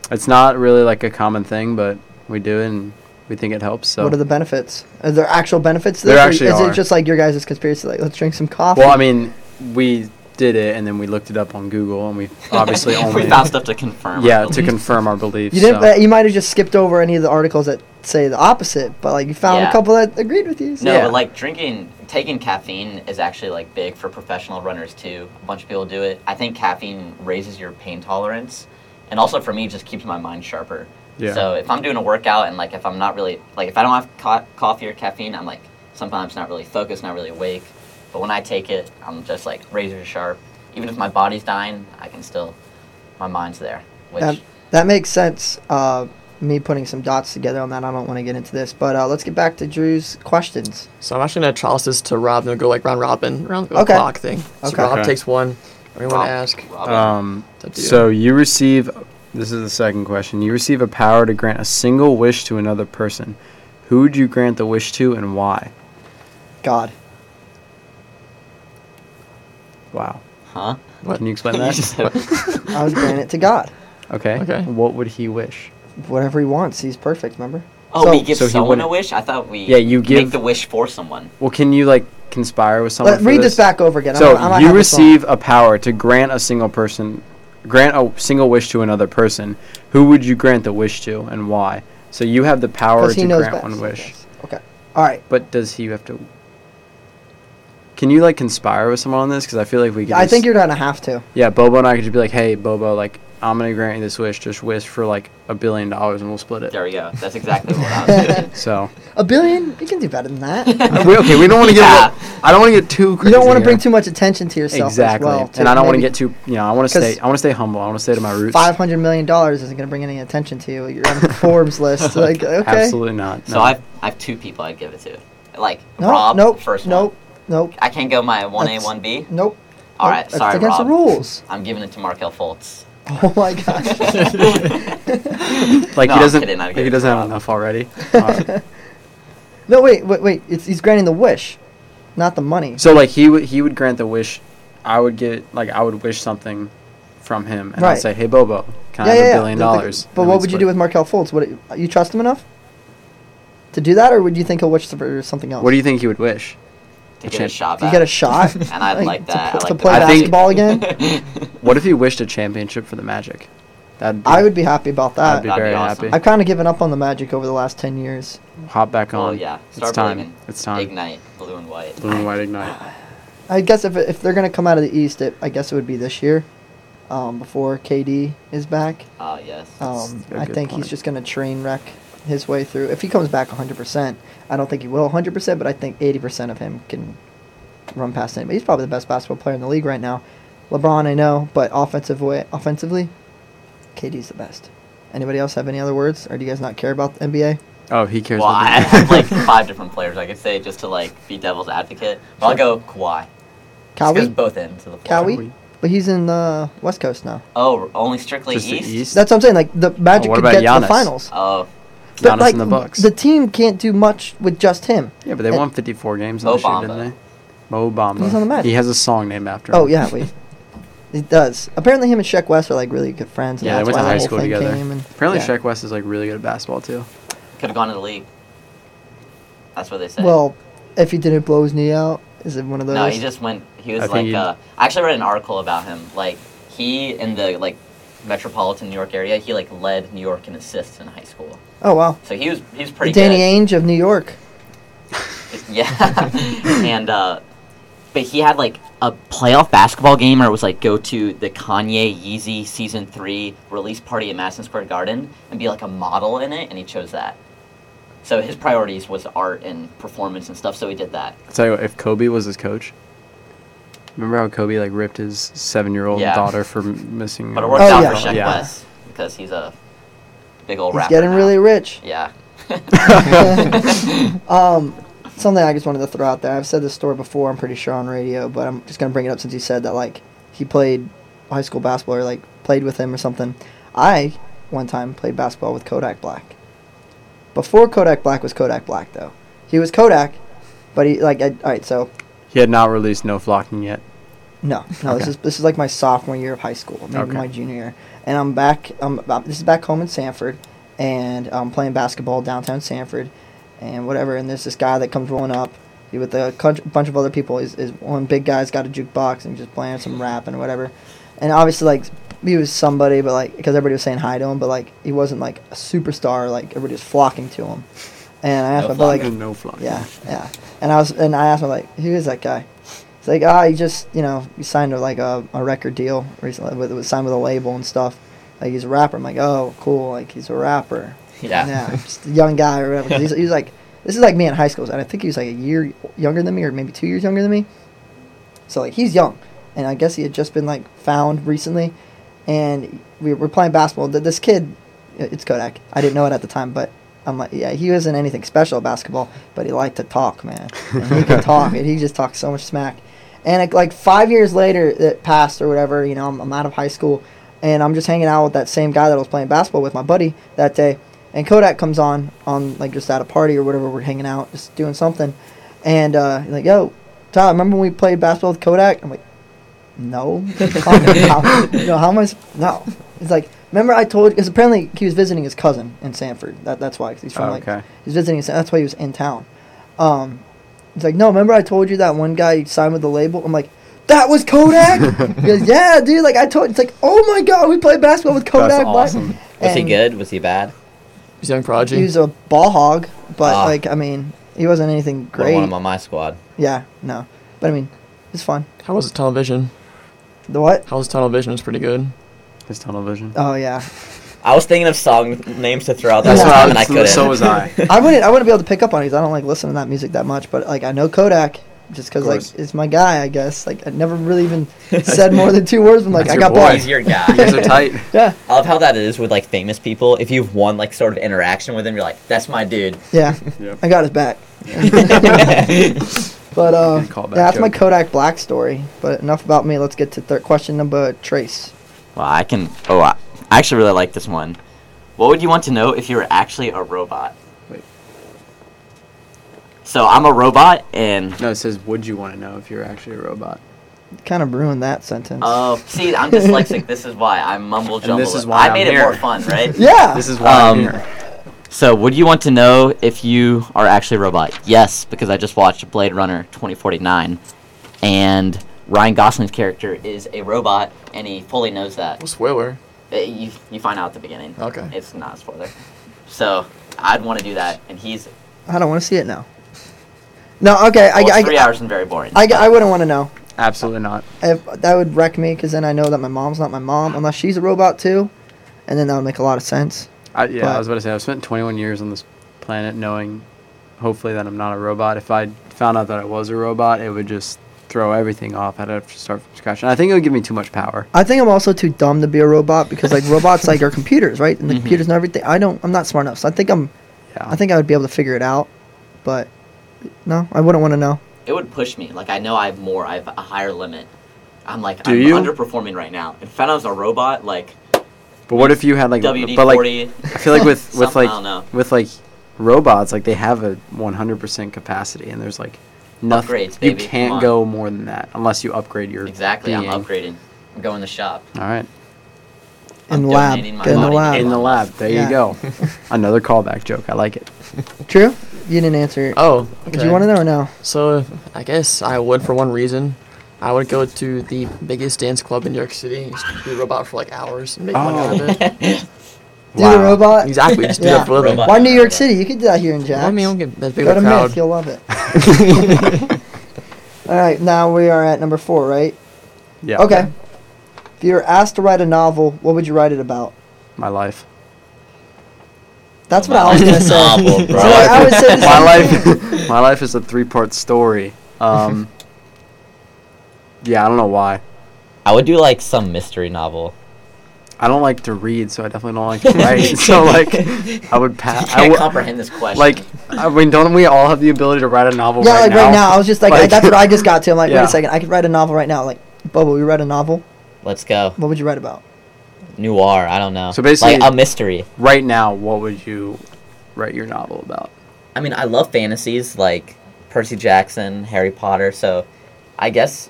Speaker 1: It's not really like a common thing, but we do it and we think it helps. So
Speaker 3: What are the benefits? Are there actual benefits? to
Speaker 1: There
Speaker 3: this, or
Speaker 1: actually
Speaker 3: Is
Speaker 1: are.
Speaker 3: it just like your guys' conspiracy? Like, let's drink some coffee.
Speaker 1: Well, I mean, we did it and then we looked it up on Google and we obviously only
Speaker 4: we found stuff to confirm. Mm-hmm.
Speaker 1: yeah
Speaker 4: our
Speaker 1: to
Speaker 4: beliefs.
Speaker 1: confirm our beliefs.
Speaker 3: you didn't.
Speaker 1: so.
Speaker 3: uh, you might have just skipped over any of the articles that say the opposite, but like you found a
Speaker 4: Yeah.
Speaker 3: couple that agreed with you. so-
Speaker 4: No,
Speaker 1: Yeah.
Speaker 4: but like drinking, taking caffeine is actually like big for professional runners too. A bunch of people do it. I think caffeine raises your pain tolerance, and also for me, just keeps my mind sharper.
Speaker 1: Yeah.
Speaker 4: So if I'm doing a workout and like if I'm not really like if I don't have co- coffee or caffeine, I'm like sometimes not really focused, not really awake. But when I take it, I'm just like razor sharp. Even if my body's dying, I can still, my mind's there. Which
Speaker 3: That, that makes sense. Uh, me putting some dots together on that. I don't want to get into this, but uh, let's get back to Drew's questions.
Speaker 2: So I'm actually gonna toss this to Rob and we'll go like round robin, round the
Speaker 3: Okay.
Speaker 2: clock thing. So
Speaker 3: Okay.
Speaker 2: Rob
Speaker 1: Okay.
Speaker 2: takes one, Anyone
Speaker 4: Rob-
Speaker 2: ask?
Speaker 4: Robin.
Speaker 1: Um,
Speaker 2: It's up to you.
Speaker 1: so you receive. This is the second question. You receive a power to grant a single wish to another person. Who would you grant the wish to, and why?
Speaker 3: God.
Speaker 1: Wow.
Speaker 4: huh?
Speaker 2: What?
Speaker 1: Can you explain
Speaker 4: You
Speaker 1: that?
Speaker 4: just said-
Speaker 3: I was granting it to God.
Speaker 1: okay.
Speaker 2: Okay.
Speaker 1: What would he wish?
Speaker 3: Whatever he wants, he's perfect, remember?
Speaker 4: oh,
Speaker 3: So-
Speaker 4: we give
Speaker 1: so he
Speaker 4: someone a
Speaker 1: wouldn't-
Speaker 4: wish. I thought we.
Speaker 1: Yeah, you give-
Speaker 4: make the wish for someone.
Speaker 1: Well, can you like conspire with someone?
Speaker 3: Let,
Speaker 1: for
Speaker 3: read this back over again.
Speaker 1: So
Speaker 3: I'm, I'm
Speaker 1: you receive a power to grant a single person, grant a single wish to another person. Who would you grant the wish to, and why? So you have the power
Speaker 3: Because he
Speaker 1: to
Speaker 3: knows
Speaker 1: grant
Speaker 3: best.
Speaker 1: one wish,
Speaker 3: Yes. Okay. All right.
Speaker 1: but does he have to? Can you like conspire with someone on this? Because I feel like we. Could
Speaker 3: I think
Speaker 1: just-
Speaker 3: you're gonna have to.
Speaker 1: Yeah, Bobo and I could just be like, "Hey, Bobo, like I'm gonna grant you this wish. Just wish for like a billion dollars, and we'll split it."
Speaker 4: There we go. That's exactly what I was doing.
Speaker 1: So
Speaker 3: A billion? You can do better than that.
Speaker 1: Uh, we- okay, we don't want to
Speaker 4: Yeah.
Speaker 1: get. I don't want to get too.
Speaker 3: you
Speaker 1: Crazy
Speaker 3: don't want to
Speaker 1: here.
Speaker 3: bring too much attention to yourself. as
Speaker 1: Exactly,
Speaker 3: well,
Speaker 1: and I don't want to
Speaker 3: maybe
Speaker 1: get too. You know, I want to
Speaker 3: 'Cause
Speaker 1: stay. I want to stay humble. I want to stay to my roots.
Speaker 3: Five hundred million dollars isn't gonna bring any attention to you. You're on the Forbes list. Like, okay.
Speaker 1: Absolutely not.
Speaker 4: So
Speaker 1: no.
Speaker 4: I've I have two people I'd give it to. Like
Speaker 3: No,
Speaker 4: Rob,
Speaker 3: nope.
Speaker 4: first
Speaker 3: nope.
Speaker 4: one.
Speaker 3: Nope.
Speaker 4: I can't go my one A
Speaker 3: That's-
Speaker 4: one B.
Speaker 3: Nope.
Speaker 4: All
Speaker 3: nope.
Speaker 4: right,
Speaker 3: That's
Speaker 4: sorry,
Speaker 3: against
Speaker 4: Rob.
Speaker 3: the rules.
Speaker 4: I'm giving it to Markel Fultz.
Speaker 3: Oh my gosh.
Speaker 1: like
Speaker 4: No,
Speaker 1: he
Speaker 4: I'm
Speaker 1: doesn't.
Speaker 4: kidding, I'm
Speaker 1: like, he
Speaker 4: kidding.
Speaker 1: doesn't have enough already. Um, Alright.
Speaker 3: no, wait, wait, wait. It's, he's granting the wish, not the money.
Speaker 1: so like he would he would grant the wish. I would get like I would wish something from him, and
Speaker 3: Right.
Speaker 1: I'd say, "Hey, Bobo, can I have a billion
Speaker 3: the- the-
Speaker 1: dollars?"
Speaker 3: But
Speaker 1: And
Speaker 3: what
Speaker 1: we'd
Speaker 3: would you
Speaker 1: split
Speaker 3: do
Speaker 1: it.
Speaker 3: with Markel Fultz? Would it, you trust him enough to do that, or would you think he'll wish for something else?
Speaker 1: What do you think he would wish?
Speaker 4: To
Speaker 1: A
Speaker 4: get a
Speaker 1: chance-
Speaker 4: shot
Speaker 3: If you
Speaker 4: back.
Speaker 3: get a shot?
Speaker 4: And I'd like
Speaker 3: to pl-
Speaker 4: that. I
Speaker 3: To,
Speaker 4: like the
Speaker 3: play
Speaker 1: I think-
Speaker 3: basketball again,
Speaker 1: What if he wished a championship for the Magic? That'd be,
Speaker 3: I would be happy about
Speaker 1: I'd
Speaker 3: that.
Speaker 1: be
Speaker 4: That'd be
Speaker 1: very
Speaker 4: awesome.
Speaker 1: happy.
Speaker 3: I've kind of given up on the Magic over the last ten years.
Speaker 1: Hop back on.
Speaker 4: Oh yeah. Start
Speaker 1: it's time.
Speaker 4: believing.
Speaker 1: It's time.
Speaker 4: Ignite, blue and white.
Speaker 1: Blue and white ignite.
Speaker 3: I guess if if they're gonna come out of the East, it, I guess it would be this year, um, before KD is back.
Speaker 4: Ah yes.
Speaker 3: Um,
Speaker 1: a
Speaker 3: I
Speaker 1: good
Speaker 3: think
Speaker 1: point.
Speaker 3: he's just gonna train wreck his way through. If he comes back 100%, I don't think he will 100%, but I think 80% of him can run past anybody. He's probably the best basketball player in the league right now. LeBron, I know, but offensive way, offensively, KD's the best. Anybody else have any other words, or do you guys not care about the NBA?
Speaker 1: Oh, he cares.
Speaker 4: well, I
Speaker 1: about
Speaker 4: have like five different players I could say just to like be devil's advocate. But I'll go Kawhi. Just 'cause
Speaker 3: Cowie,
Speaker 4: both ends of the floor.
Speaker 3: Cowie, but he's in the West Coast now.
Speaker 4: Oh, only strictly
Speaker 1: Just the
Speaker 4: east?
Speaker 1: East?
Speaker 3: That's what I'm saying. Like the Magic
Speaker 1: Oh, what
Speaker 3: could
Speaker 1: about
Speaker 3: get to
Speaker 1: Giannis?
Speaker 3: the finals,
Speaker 4: Oh,
Speaker 1: Giannis
Speaker 3: but like
Speaker 1: and the Bucks.
Speaker 3: the team can't do much with just him.
Speaker 1: yeah, but they
Speaker 3: and-
Speaker 1: won 54 games
Speaker 4: Mo
Speaker 1: last year,
Speaker 4: Bamba.
Speaker 1: didn't they? Mo Bamba.
Speaker 3: He's on the Magic.
Speaker 1: He has a song named after him.
Speaker 3: Oh yeah, wait. He does. Apparently, him and Sheck West are like really good friends. And
Speaker 1: Yeah, they
Speaker 3: that's
Speaker 1: went to
Speaker 3: why the
Speaker 1: high
Speaker 3: whole
Speaker 1: school
Speaker 3: thing
Speaker 1: together.
Speaker 3: came and-
Speaker 1: Apparently,
Speaker 3: yeah.
Speaker 1: Shaq West is like really good at basketball too.
Speaker 4: could have gone to the league. That's what they say.
Speaker 3: Well, if he didn't blow his knee out, is it one of those?
Speaker 4: No, he just went. He was
Speaker 1: I think
Speaker 4: like.
Speaker 1: he-
Speaker 4: Uh, I actually read an article about him. Like he in the like metropolitan New York area, he like led New York in assists in high school.
Speaker 3: oh wow,
Speaker 4: So he was he was
Speaker 3: the
Speaker 4: pretty
Speaker 3: Danny
Speaker 4: good.
Speaker 3: Ainge of New York.
Speaker 4: Yeah, and uh, but he had like a playoff basketball game, or it was like go to the Kanye Yeezy season three release party at Madison Square Garden and be like a model in it, and he chose that. So his priorities was art and performance and stuff. So he did that.
Speaker 1: I'll tell you what, if Kobe was his coach, remember how Kobe like ripped his seven-year-old
Speaker 4: Yeah.
Speaker 1: daughter for m- missing?
Speaker 4: But it
Speaker 1: a
Speaker 4: worked
Speaker 3: Oh,
Speaker 4: out
Speaker 3: yeah.
Speaker 4: for Shaq
Speaker 1: Yeah.
Speaker 4: West because he's a big old
Speaker 3: He's
Speaker 4: rapper.
Speaker 3: getting
Speaker 4: now.
Speaker 3: really rich.
Speaker 4: Yeah.
Speaker 3: Um, something I just wanted to throw out there. I've said this story before. I'm pretty sure on radio, but I'm just gonna bring it up since you said that. Like he played high school basketball, or like played with him or something. I one time played basketball with Kodak Black. Before Kodak Black was Kodak Black, though, he was Kodak, but he like I, all right. So
Speaker 1: He had not released No Flocking yet.
Speaker 3: No, no. This
Speaker 1: Okay.
Speaker 3: is this is like my sophomore year of high school, maybe
Speaker 1: Okay.
Speaker 3: my junior year, and I'm back. I'm, I'm this is back home in Sanford, and I'm playing basketball downtown Sanford, and whatever. And there's this guy that comes rolling up he with a cunch- bunch of other people. Is is one big guy's got a jukebox and just playing some rap and whatever, and obviously like he was somebody, but like because everybody was saying hi to him, but like he wasn't like a superstar. Like everybody was flocking to him, and I asked
Speaker 4: No
Speaker 3: him, but like
Speaker 1: no Flocking.
Speaker 3: yeah, yeah. And I was, and I asked him like, who is that guy? He's like, ah, he just, you know, he signed like a, a record deal recently, with, was signed with a label and stuff. Like he's a rapper. I'm like, oh, cool. Like he's a rapper.
Speaker 4: Yeah.
Speaker 3: just a young guy or whatever. 'Cause He's, he's like, this is like me in high school, and I think he was like a year younger than me, or maybe two years younger than me. So like he's young, and I guess he had just been like found recently, and we were playing basketball. Th- This kid, it's Kodak. I didn't know it at the time, but I'm like, yeah, he wasn't anything special at basketball, but he liked to talk, man. And he could talk, and he just talked so much smack. And it, like five years later, it passed or whatever. You know, I'm, I'm out of high school, and I'm just hanging out with that same guy that I was playing basketball with, my buddy that day. And Kodak comes on on like just at a party or whatever. We're hanging out, just doing something, and uh, he's like, "Yo, Todd, remember when we played basketball with Kodak?" I'm like, "No, how, no, how am I? sup- No." He's like, "Remember I told?" Because apparently he was visiting his cousin in Sanford. That, that's why 'cause he's from like
Speaker 1: okay.
Speaker 3: He's visiting. us, and That's why he was in town. Um, he's like, no, remember I told you that one guy signed with the label? I'm like, that was Kodak. he goes, yeah, dude. Like I told. It's like, oh my god, we played basketball with Kodak.
Speaker 1: That's
Speaker 3: Black."
Speaker 1: awesome.
Speaker 4: Was he
Speaker 3: And
Speaker 4: good? Was he bad?
Speaker 2: He's young prodigy.
Speaker 3: He was a ball hog, but
Speaker 4: Ah.
Speaker 3: like I mean, he wasn't anything
Speaker 4: Great.
Speaker 3: great.
Speaker 4: One of them on my squad.
Speaker 3: Yeah, no, but I mean, it's fun.
Speaker 2: How was his tunnel vision?
Speaker 3: The what?
Speaker 2: How was his tunnel vision? It's pretty good.
Speaker 1: His tunnel vision.
Speaker 3: Oh yeah,
Speaker 4: I was thinking of song names to throw out that
Speaker 3: That's
Speaker 4: whole
Speaker 3: what I
Speaker 4: time, and I
Speaker 1: was-
Speaker 4: couldn't.
Speaker 1: so was I.
Speaker 3: I wouldn't. I wouldn't be able to pick up on it 'cause I don't like listening to that music that much. But like I know Kodak. Just because,
Speaker 1: Of
Speaker 3: like,
Speaker 1: course.
Speaker 3: it's my guy, I guess. Like, I never really even said more than two words. I'm like,
Speaker 1: That's your
Speaker 3: I got
Speaker 1: boy.
Speaker 3: balls.
Speaker 4: He's your
Speaker 1: You guys are
Speaker 4: guy.
Speaker 1: tight.
Speaker 3: Yeah,
Speaker 4: I love how that is with like famous people. If you've won like sort of interaction with them, you're like, "That's my dude."
Speaker 3: yeah.
Speaker 1: Yep.
Speaker 3: I got his back. But uh,
Speaker 1: Good callback
Speaker 3: yeah, that's my
Speaker 1: joke.
Speaker 3: Kodak Black story. But enough about me. Let's get to third question number trace.
Speaker 4: Well, I can. Oh, I I actually really like this one. What would you want to know if you were actually a robot?
Speaker 1: Wait.
Speaker 4: So I'm a robot, and
Speaker 1: No, it says, "Would you want to know if you're actually a robot?"
Speaker 3: Kind of ruined that sentence.
Speaker 4: oh, see, I'm dyslexic. This is why I'm mumble
Speaker 1: And
Speaker 4: jumble.
Speaker 1: this is
Speaker 4: it.
Speaker 1: why
Speaker 4: I made
Speaker 1: I'm
Speaker 4: it more
Speaker 1: here.
Speaker 4: fun, right?
Speaker 3: yeah.
Speaker 1: This is why
Speaker 4: Um,
Speaker 1: I'm here.
Speaker 4: So, would you want to know if you are actually a robot? Yes, because I just watched Blade Runner 2049, and Ryan Gosling's character is a robot, and he fully knows that.
Speaker 2: Well, spoiler.
Speaker 4: Uh, You, you find out at the beginning.
Speaker 2: Okay.
Speaker 4: It's not a spoiler. So, I'd want to do that, and he's
Speaker 3: I don't want to see it now. No, okay. I,
Speaker 4: well, it's
Speaker 3: I,
Speaker 4: three
Speaker 3: I,
Speaker 4: hours and very boring.
Speaker 3: I, I wouldn't want to know.
Speaker 1: Absolutely not.
Speaker 3: If, that would wreck me because then I know that my mom's not my mom unless she's a robot too, and then that would make a lot of sense.
Speaker 1: I, yeah,
Speaker 3: But-
Speaker 1: I was about to say I've spent 21 years on this planet knowing, hopefully, that I'm not a robot. If I found out that I was a robot, it would just throw everything off. I'd have to start from scratch, and I think it would give me too much power.
Speaker 3: I think I'm also too dumb to be a robot because like robots like are computers, right? And the computers and everything. I don't. I'm not smart enough. So I think I'm.
Speaker 1: Yeah,
Speaker 3: I think I would be able to figure it out, but no, I wouldn't want to know.
Speaker 4: it would push me. Like I know I have more. I have a higher limit. I'm like
Speaker 1: Do
Speaker 4: I'm
Speaker 1: you?
Speaker 4: underperforming right now. If I was a robot, like
Speaker 1: But what if you had like,
Speaker 4: WD
Speaker 1: but like,
Speaker 4: forty,
Speaker 1: I feel like with with
Speaker 4: Something, I don't know.
Speaker 1: like with like robots, like they have a 100% capacity, and there's like nothing.
Speaker 4: Upgrades,
Speaker 1: you
Speaker 4: baby, come
Speaker 1: can't
Speaker 4: on.
Speaker 1: go more than that unless you upgrade your
Speaker 4: exactly.
Speaker 1: being.
Speaker 4: I'm upgrading. I'm going to the shop.
Speaker 1: All right,
Speaker 3: In
Speaker 4: I'm
Speaker 3: the lab.
Speaker 4: donating my
Speaker 3: Get in the
Speaker 4: body.
Speaker 3: lab.
Speaker 1: in the lab. There
Speaker 3: Yeah.
Speaker 1: you go. Another callback joke. I like it.
Speaker 3: True? You didn't answer.
Speaker 2: Oh,
Speaker 3: Did you want to know or no?
Speaker 2: So I guess I would for one reason. I would go to the biggest dance club in New York City, and just be a robot for like hours and make money out of it.
Speaker 3: Do the
Speaker 1: Wow.
Speaker 3: robot?
Speaker 2: Exactly, just do
Speaker 3: Yeah.
Speaker 2: that for a living.
Speaker 4: Robot.
Speaker 3: Why New York City? You could do that here in Jax.
Speaker 2: I mean, I don't get that big
Speaker 3: Go
Speaker 2: of
Speaker 3: to
Speaker 2: a
Speaker 3: Myth,
Speaker 2: crowd.
Speaker 3: you'll love it. All right, now we are at number four, right?
Speaker 1: Yeah.
Speaker 3: Okay. If you were asked to write a novel, what would you write it about?
Speaker 1: My life.
Speaker 3: That's what
Speaker 4: My
Speaker 3: I was gonna
Speaker 4: life is
Speaker 3: say.
Speaker 4: novel,
Speaker 3: So
Speaker 4: bro.
Speaker 3: I would say the
Speaker 1: my
Speaker 3: same
Speaker 1: life my life is a three part story um yeah i don't know why
Speaker 4: I would do like some mystery novel.
Speaker 1: i don't like to read so i definitely don't like to write so like i would
Speaker 4: I
Speaker 1: pass
Speaker 4: can't
Speaker 1: I would-
Speaker 4: comprehend this question.
Speaker 1: like i mean don't we all have the ability to write a novel
Speaker 3: Yeah,
Speaker 1: right,
Speaker 3: like
Speaker 1: now?
Speaker 3: right now, I was just like,
Speaker 1: Like-
Speaker 3: that's what I just got to. I'm like, wait
Speaker 1: Yeah.
Speaker 3: a second, I could write a novel right now. Like, Bubba, you write a novel.
Speaker 4: let's go
Speaker 3: What would you write about?
Speaker 4: noir. I don't know.
Speaker 1: So basically-
Speaker 4: like a mystery.
Speaker 1: right now what would you write your novel about
Speaker 4: I mean, I love fantasies like Percy Jackson, Harry Potter, so I guess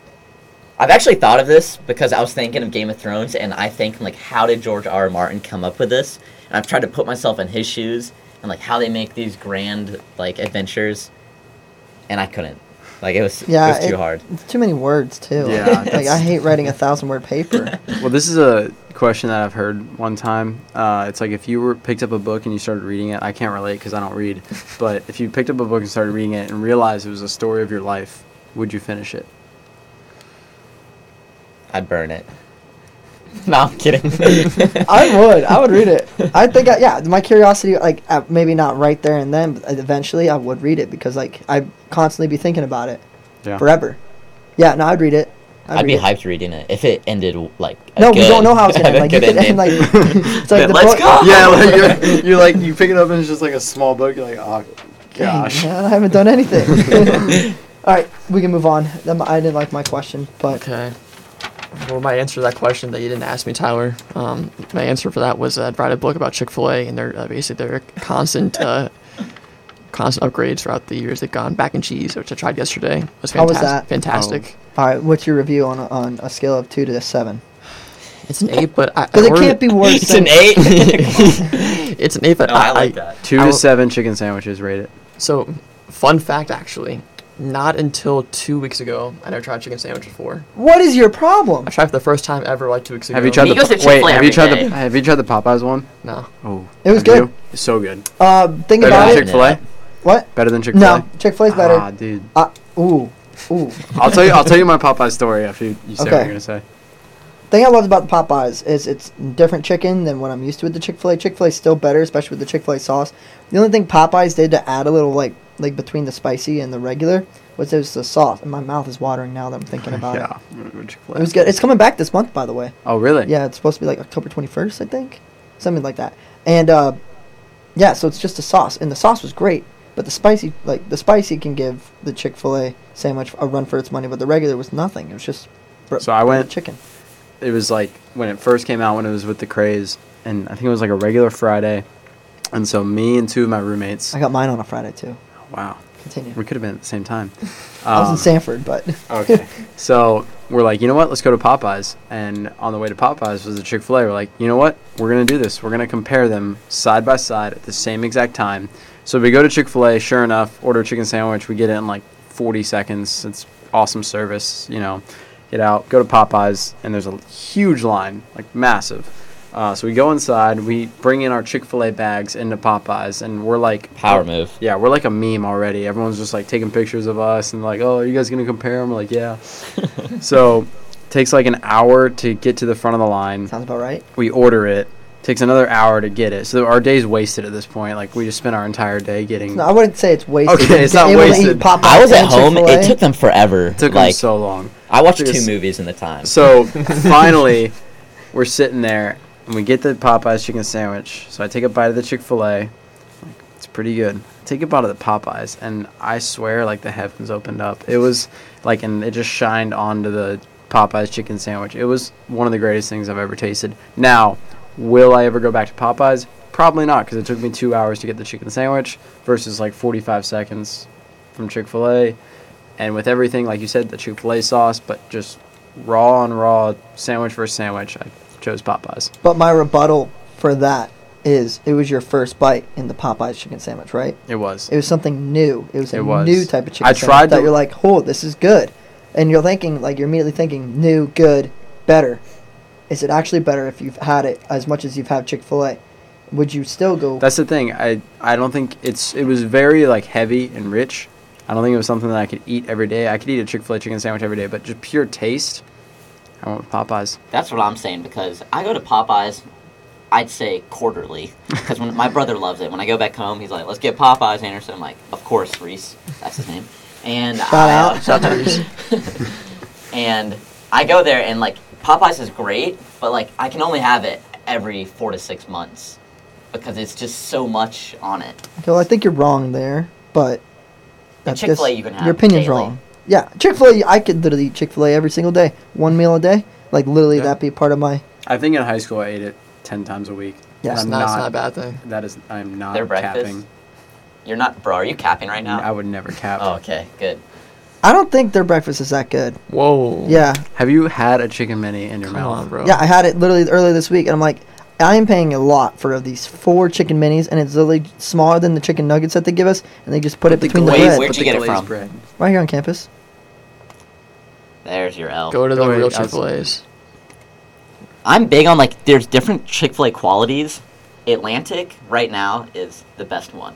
Speaker 4: I've actually thought of this because I was thinking of Game of Thrones and I think like how did George R. R. Martin come up with this? And I've tried to put myself in his shoes and like how they make these grand like adventures and I couldn't. Like it was
Speaker 3: Yeah,
Speaker 4: it was too
Speaker 3: it-
Speaker 4: hard.
Speaker 3: It's too many words too.
Speaker 1: Yeah,
Speaker 3: like I
Speaker 1: that's-
Speaker 3: hate writing a thousand word paper.
Speaker 1: well this is a question that i've heard one time uh, it's like if you were picked up a book and you started reading it i can't relate because i don't read but if you picked up a book and started reading it and realized it was a story of your life would you finish it
Speaker 4: I'd burn it. no, I'm kidding.
Speaker 3: I would. I would read it. I think. I, yeah, my curiosity, like uh, maybe not right there and then, but eventually I would read it because like I constantly be thinking about it
Speaker 1: yeah
Speaker 3: forever. Yeah, no, I'd read it. read
Speaker 4: I'd, be
Speaker 3: it.
Speaker 4: hyped reading it if it ended like a
Speaker 3: No, we
Speaker 4: good-
Speaker 3: don't know how it's gonna
Speaker 4: a
Speaker 3: end. Like you
Speaker 4: good
Speaker 3: could end like
Speaker 4: ending.
Speaker 3: it's like the
Speaker 4: Let's
Speaker 3: book.
Speaker 4: go!
Speaker 1: yeah, like you're, you're like you pick it up and it's just like a small book. You're like, oh
Speaker 3: Dang,
Speaker 1: gosh.
Speaker 3: man, I haven't done anything. All right, we can move on. That mi- I didn't like my question, but
Speaker 2: Okay. Well, my answer to that question that you didn't ask me, Tyler, um, my answer for that was uh, I'd write a book about Chick Fil A and their uh, basically their constant, uh, constant upgrades throughout the years. They've gone back and cheese, which I tried yesterday. It was fantastic.
Speaker 3: How was that?
Speaker 2: Fantastic.
Speaker 3: all right. What's your review on a, on a scale of two to seven?
Speaker 2: It's an eight, but I, I
Speaker 3: Because it
Speaker 2: ordered-
Speaker 3: can't be worse.
Speaker 4: It's
Speaker 3: than,
Speaker 4: an eight.
Speaker 2: it's an eight, but
Speaker 4: no, I like that.
Speaker 1: Two
Speaker 2: I
Speaker 1: to
Speaker 2: will-
Speaker 1: seven chicken sandwiches. Rate it.
Speaker 2: So, fun fact, actually, not until two weeks ago I never tried chicken sandwich before.
Speaker 3: What is your problem?
Speaker 2: I tried for the first time ever like two weeks ago.
Speaker 1: Have you tried
Speaker 4: He
Speaker 1: the
Speaker 4: goes to
Speaker 1: po- wait?
Speaker 4: Chick-fil-A
Speaker 1: Have you
Speaker 4: every
Speaker 1: tried
Speaker 4: day.
Speaker 1: the Have you tried the Popeyes one?
Speaker 2: No.
Speaker 1: Oh,
Speaker 3: It was
Speaker 1: have
Speaker 3: good.
Speaker 1: you? It's so good.
Speaker 3: Uh, think
Speaker 1: Better
Speaker 3: about
Speaker 1: than
Speaker 3: it.
Speaker 4: it.
Speaker 1: Chick Fil A.
Speaker 3: What?
Speaker 1: Better than Chick Fil A.
Speaker 3: No, Chick Fil A's better.
Speaker 1: Ah, dude.
Speaker 3: Uh, ooh, ooh.
Speaker 1: I'll tell you. I'll tell you my Popeye story after you, you say what
Speaker 3: Okay.
Speaker 1: you're gonna say.
Speaker 3: thing I loved about the Popeyes is it's different chicken than what I'm used to with the Chick Fil A. Chick Fil A's still better, especially with the Chick Fil A sauce. The only thing Popeyes did to add a little like like between the spicy and the regular was it was the sauce. And my mouth is watering now that I'm thinking about
Speaker 1: yeah.
Speaker 3: it.
Speaker 1: Chick-fil-A.
Speaker 3: It was good. It's coming back this month, by the way.
Speaker 1: Oh really?
Speaker 3: Yeah, it's supposed to be like October 21st, I think, something like that. And uh, yeah, so it's just a sauce, and the sauce was great, but the spicy like the spicy can give the Chick Fil A sandwich a run for its money, but the regular was nothing. It was just br-
Speaker 1: So I went-
Speaker 3: chicken.
Speaker 1: It was like when it first came out when it was with the craze, and I think it was like a regular Friday, and so me and two of my roommates.
Speaker 3: I got mine on a Friday too.
Speaker 1: Wow.
Speaker 3: Continue.
Speaker 1: We could have been at the same time.
Speaker 3: I was in
Speaker 1: Um,
Speaker 3: Sanford, but
Speaker 1: Okay. so we're like, you know what? Let's go to Popeyes. And on the way to Popeyes was a Chick fil A. We're like, you know what? We're going to do this. We're going to compare them side by side at the same exact time. So we go to Chick fil A. Sure enough, order a chicken sandwich. We get it in like 40 seconds. It's awesome service, you know. Get out, go to Popeyes, and there's a huge line, like massive. Uh, so we go inside, we bring in our Chick fil A bags into Popeyes, and we're like, "Oh,
Speaker 4: Power move.
Speaker 1: yeah, we're like a meme already. Everyone's just like taking pictures of us and like, oh, are you guys gonna compare them? We're like, yeah. so, takes like an hour to get to the front of the line.
Speaker 3: sounds about right.
Speaker 1: We order it. Takes another hour to get it. So our day's wasted at this point. Like we just spent our entire day getting.
Speaker 3: No, I wouldn't say it's wasted.
Speaker 1: Okay, it's
Speaker 3: Being
Speaker 1: not
Speaker 3: able to eat
Speaker 1: wasted.
Speaker 3: Popeyes
Speaker 4: I was at
Speaker 3: and
Speaker 4: home.
Speaker 3: Chick-fil-A,
Speaker 4: It took them forever.
Speaker 1: took them
Speaker 4: like
Speaker 1: so long.
Speaker 4: I watched
Speaker 1: took
Speaker 4: two
Speaker 1: us-
Speaker 4: movies in the time.
Speaker 1: So finally, we're sitting there and we get the Popeyes chicken sandwich. So I take a bite of the Chick Fil A. It's pretty good. Take a bite of the Popeyes, and I swear, like the heavens opened up. It was like, and it just shined onto the Popeyes chicken sandwich. It was one of the greatest things I've ever tasted. Now, will I ever go back to Popeyes? Probably not, because it took me two hours to get the chicken sandwich versus like 45 seconds from Chick Fil A, and with everything, like you said, the Chick Fil A sauce, but just raw on raw, sandwich versus sandwich. I chose Popeyes.
Speaker 3: But my rebuttal for that is it was your first bite in the Popeyes chicken sandwich, right?
Speaker 1: It was.
Speaker 3: It was something new. It was a
Speaker 1: It was.
Speaker 3: new type of chicken
Speaker 1: I
Speaker 3: sandwich
Speaker 1: tried
Speaker 3: that
Speaker 1: to-
Speaker 3: you're like, oh, this is good. And you're thinking, like, you're immediately thinking, new, good, better. Is it actually better if you've had it as much as you've had Chick fil A? Would you still go?
Speaker 1: That's the thing. I I don't think it's it was very like heavy and rich. I don't think it was something that I could eat every day. I could eat a Chick Fil A chicken sandwich every day, but just pure taste, I went with Popeyes.
Speaker 4: That's what I'm saying because I go to Popeyes. I'd say quarterly because when my brother loves it. When I go back home, he's like, "Let's get Popeyes, Anderson." I'm like, "Of course, Reese. That's his name." And
Speaker 3: Shout
Speaker 4: I,
Speaker 3: out.
Speaker 2: Shout out to Reese.
Speaker 4: and I go there and like Popeyes is great, but like I can only have it every four to six months because it's just so much on it.
Speaker 3: well, I think you're wrong there, but
Speaker 4: And
Speaker 3: that's just-
Speaker 4: Chick-fil-A you can have
Speaker 3: Your opinion's
Speaker 4: daily.
Speaker 3: wrong. Yeah, Chick Fil A. I could literally eat Chick Fil A every single day, one meal a day. Like literally,
Speaker 1: Yeah.
Speaker 3: that be part of my.
Speaker 1: I think in high school I ate it ten times a week.
Speaker 3: Yeah,
Speaker 1: And I'm
Speaker 3: it's
Speaker 2: It's not, it's not a bad thing.
Speaker 1: That is, I'm not
Speaker 4: Their breakfast
Speaker 1: capping.
Speaker 4: You're not, bro. Are you capping right now?
Speaker 1: I would never cap.
Speaker 4: Oh, okay, good.
Speaker 3: I don't think their breakfast is that good.
Speaker 2: Whoa.
Speaker 1: Mm.
Speaker 3: Yeah,
Speaker 1: Have you had a chicken mini in your
Speaker 2: Come
Speaker 1: mouth?
Speaker 2: on, bro.
Speaker 3: yeah. I had it literally earlier this week, and I'm like, I am paying a lot for these four chicken minis, and it's literally smaller than the chicken nuggets that they give us, and they just put it between the
Speaker 4: glaze-
Speaker 3: bread.
Speaker 4: where'd
Speaker 1: but
Speaker 4: you
Speaker 1: the
Speaker 4: get it
Speaker 1: glazed
Speaker 4: from?
Speaker 1: bread.
Speaker 3: Right here on campus.
Speaker 4: There's your L.
Speaker 2: Go to the
Speaker 1: Go
Speaker 2: real
Speaker 1: eat outside.
Speaker 2: Chick Fil A's.
Speaker 4: I'm big on like there's different Chick Fil A qualities. Atlantic right now is the best one.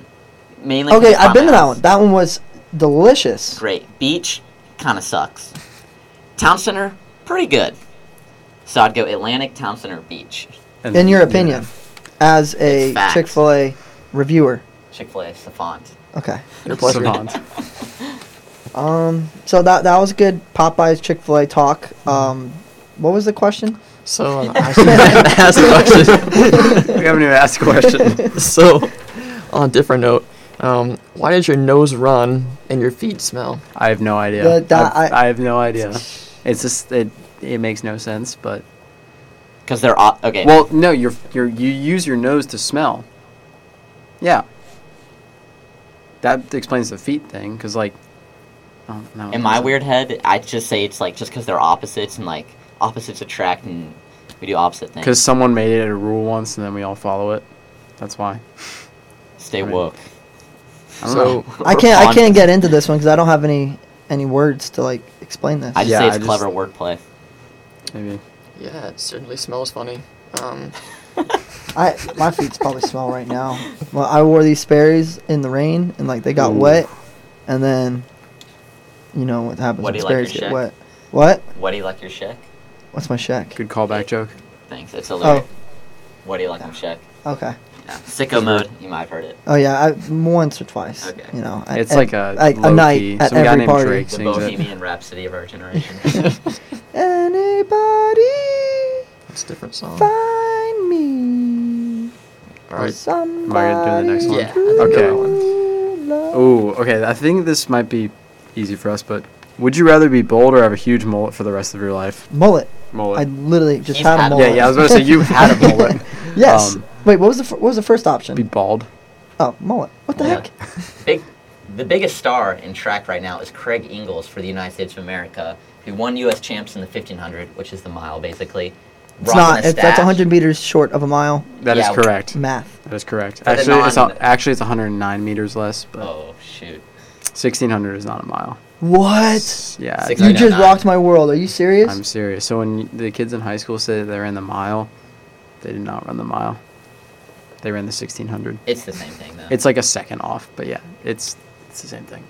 Speaker 4: Mainly. 'cause
Speaker 3: okay,
Speaker 4: it's by
Speaker 3: I've been to
Speaker 4: my
Speaker 3: that
Speaker 4: house.
Speaker 3: one. That one was delicious.
Speaker 4: Great. Beach kind of sucks. Town Center pretty good. So I'd go Atlantic, Town Center, Beach.
Speaker 1: And
Speaker 3: In your
Speaker 1: yeah.
Speaker 3: opinion, as a
Speaker 4: It's facts.
Speaker 3: Chick Fil A reviewer.
Speaker 4: Chick Fil A, Savant.
Speaker 3: Okay.
Speaker 2: Your pleasure.
Speaker 1: Savant.
Speaker 3: Um. So that that was good Popeyes Chick Fil A talk. Um. What was the question?
Speaker 2: So um, I asked a question.
Speaker 1: we haven't even asked a question.
Speaker 2: so, on a different note, Um, why does your nose run and your feet smell?
Speaker 1: I have no idea.
Speaker 3: The- that-
Speaker 1: I've-
Speaker 3: I-
Speaker 1: I, have no idea. It's just it. It makes no sense, but
Speaker 4: Because they're o- okay.
Speaker 1: well, no, you're you're you use your nose to smell. Yeah. That explains the feet thing, because like, oh, no.
Speaker 4: in my weird head, I just say it's like just because they're opposites and like opposites attract and we do opposite things.
Speaker 1: Because someone made it a rule once, and then we all follow it. That's why.
Speaker 4: stay
Speaker 1: Right.
Speaker 4: woke.
Speaker 1: I don't
Speaker 2: so,
Speaker 1: know.
Speaker 3: I can't. I can't get into this one because I don't have any any words to like explain this.
Speaker 4: I just
Speaker 1: Yeah,
Speaker 4: say
Speaker 1: I
Speaker 4: it's
Speaker 1: just-
Speaker 4: clever wordplay.
Speaker 1: Maybe.
Speaker 2: yeah, it certainly smells funny. Um,
Speaker 3: I my feet's probably smell right now. Well, I wore these Sperry's in the rain and like they got
Speaker 1: Ooh.
Speaker 3: wet, and then, you know what happens when
Speaker 4: What do you like,
Speaker 3: Sperry's
Speaker 4: your
Speaker 3: get
Speaker 4: check?
Speaker 3: wet. What?
Speaker 4: What do you like your check?
Speaker 3: What's my check?
Speaker 1: Good callback joke.
Speaker 4: Thanks. It's a lyric.
Speaker 3: Oh,
Speaker 4: What do you like your check?
Speaker 3: okay.
Speaker 4: Yeah. Sicko mode. You might have heard it.
Speaker 3: Oh yeah, I, once or twice.
Speaker 4: Okay.
Speaker 3: You know, at-
Speaker 1: It's
Speaker 3: at-
Speaker 1: like a
Speaker 3: like a
Speaker 1: low
Speaker 3: night
Speaker 1: key.
Speaker 3: at
Speaker 1: Some guy
Speaker 3: every
Speaker 1: named
Speaker 3: party.
Speaker 1: Drake
Speaker 4: The
Speaker 1: sings it.
Speaker 4: Bohemian Rhapsody of our generation.
Speaker 3: Anybody
Speaker 2: it's a different song. All
Speaker 3: find me
Speaker 2: right.
Speaker 3: somebody.
Speaker 1: next one?
Speaker 2: Yeah, I think
Speaker 1: Okay.
Speaker 2: that one.
Speaker 1: Ooh, okay. I think this might be easy for us, but would you rather be bold or have a huge mullet for the rest of your life?
Speaker 3: Mullet. I
Speaker 1: Mullet.
Speaker 3: literally just
Speaker 4: He's
Speaker 3: had
Speaker 4: had-
Speaker 3: a mullet.
Speaker 1: yeah, yeah. I was about to say you had a mullet.
Speaker 3: yes.
Speaker 1: um,
Speaker 3: Wait, what was the fir- what was the first option?
Speaker 1: Be bald.
Speaker 3: oh, mullet. What the
Speaker 4: Mullet.
Speaker 3: heck?
Speaker 4: Big, the biggest star in track right now is Craig Ingalls for the United States of America, who won U.S. champs in the 1500, which is the mile basically.
Speaker 3: It's
Speaker 4: Rocking
Speaker 3: not.
Speaker 4: the
Speaker 3: It's, that's
Speaker 4: stash.
Speaker 3: 100 meters short of a mile.
Speaker 1: That is
Speaker 4: Yeah,
Speaker 1: correct.
Speaker 3: Math.
Speaker 1: That is correct.
Speaker 4: But
Speaker 1: Actually, it's
Speaker 4: non-
Speaker 1: not, actually it's 109 meters less, but
Speaker 4: Oh shoot!
Speaker 1: 1600 is not a mile.
Speaker 3: What?
Speaker 1: Yeah.
Speaker 4: Six-
Speaker 1: I-
Speaker 3: You just
Speaker 4: 99.
Speaker 3: rocked my world. Are you serious?
Speaker 1: I'm serious. So when y- the kids in high school say that they ran the mile, they did not run the mile. They ran the 1600.
Speaker 4: It's the same thing though.
Speaker 1: It's like a second off, but yeah, it's it's the same thing.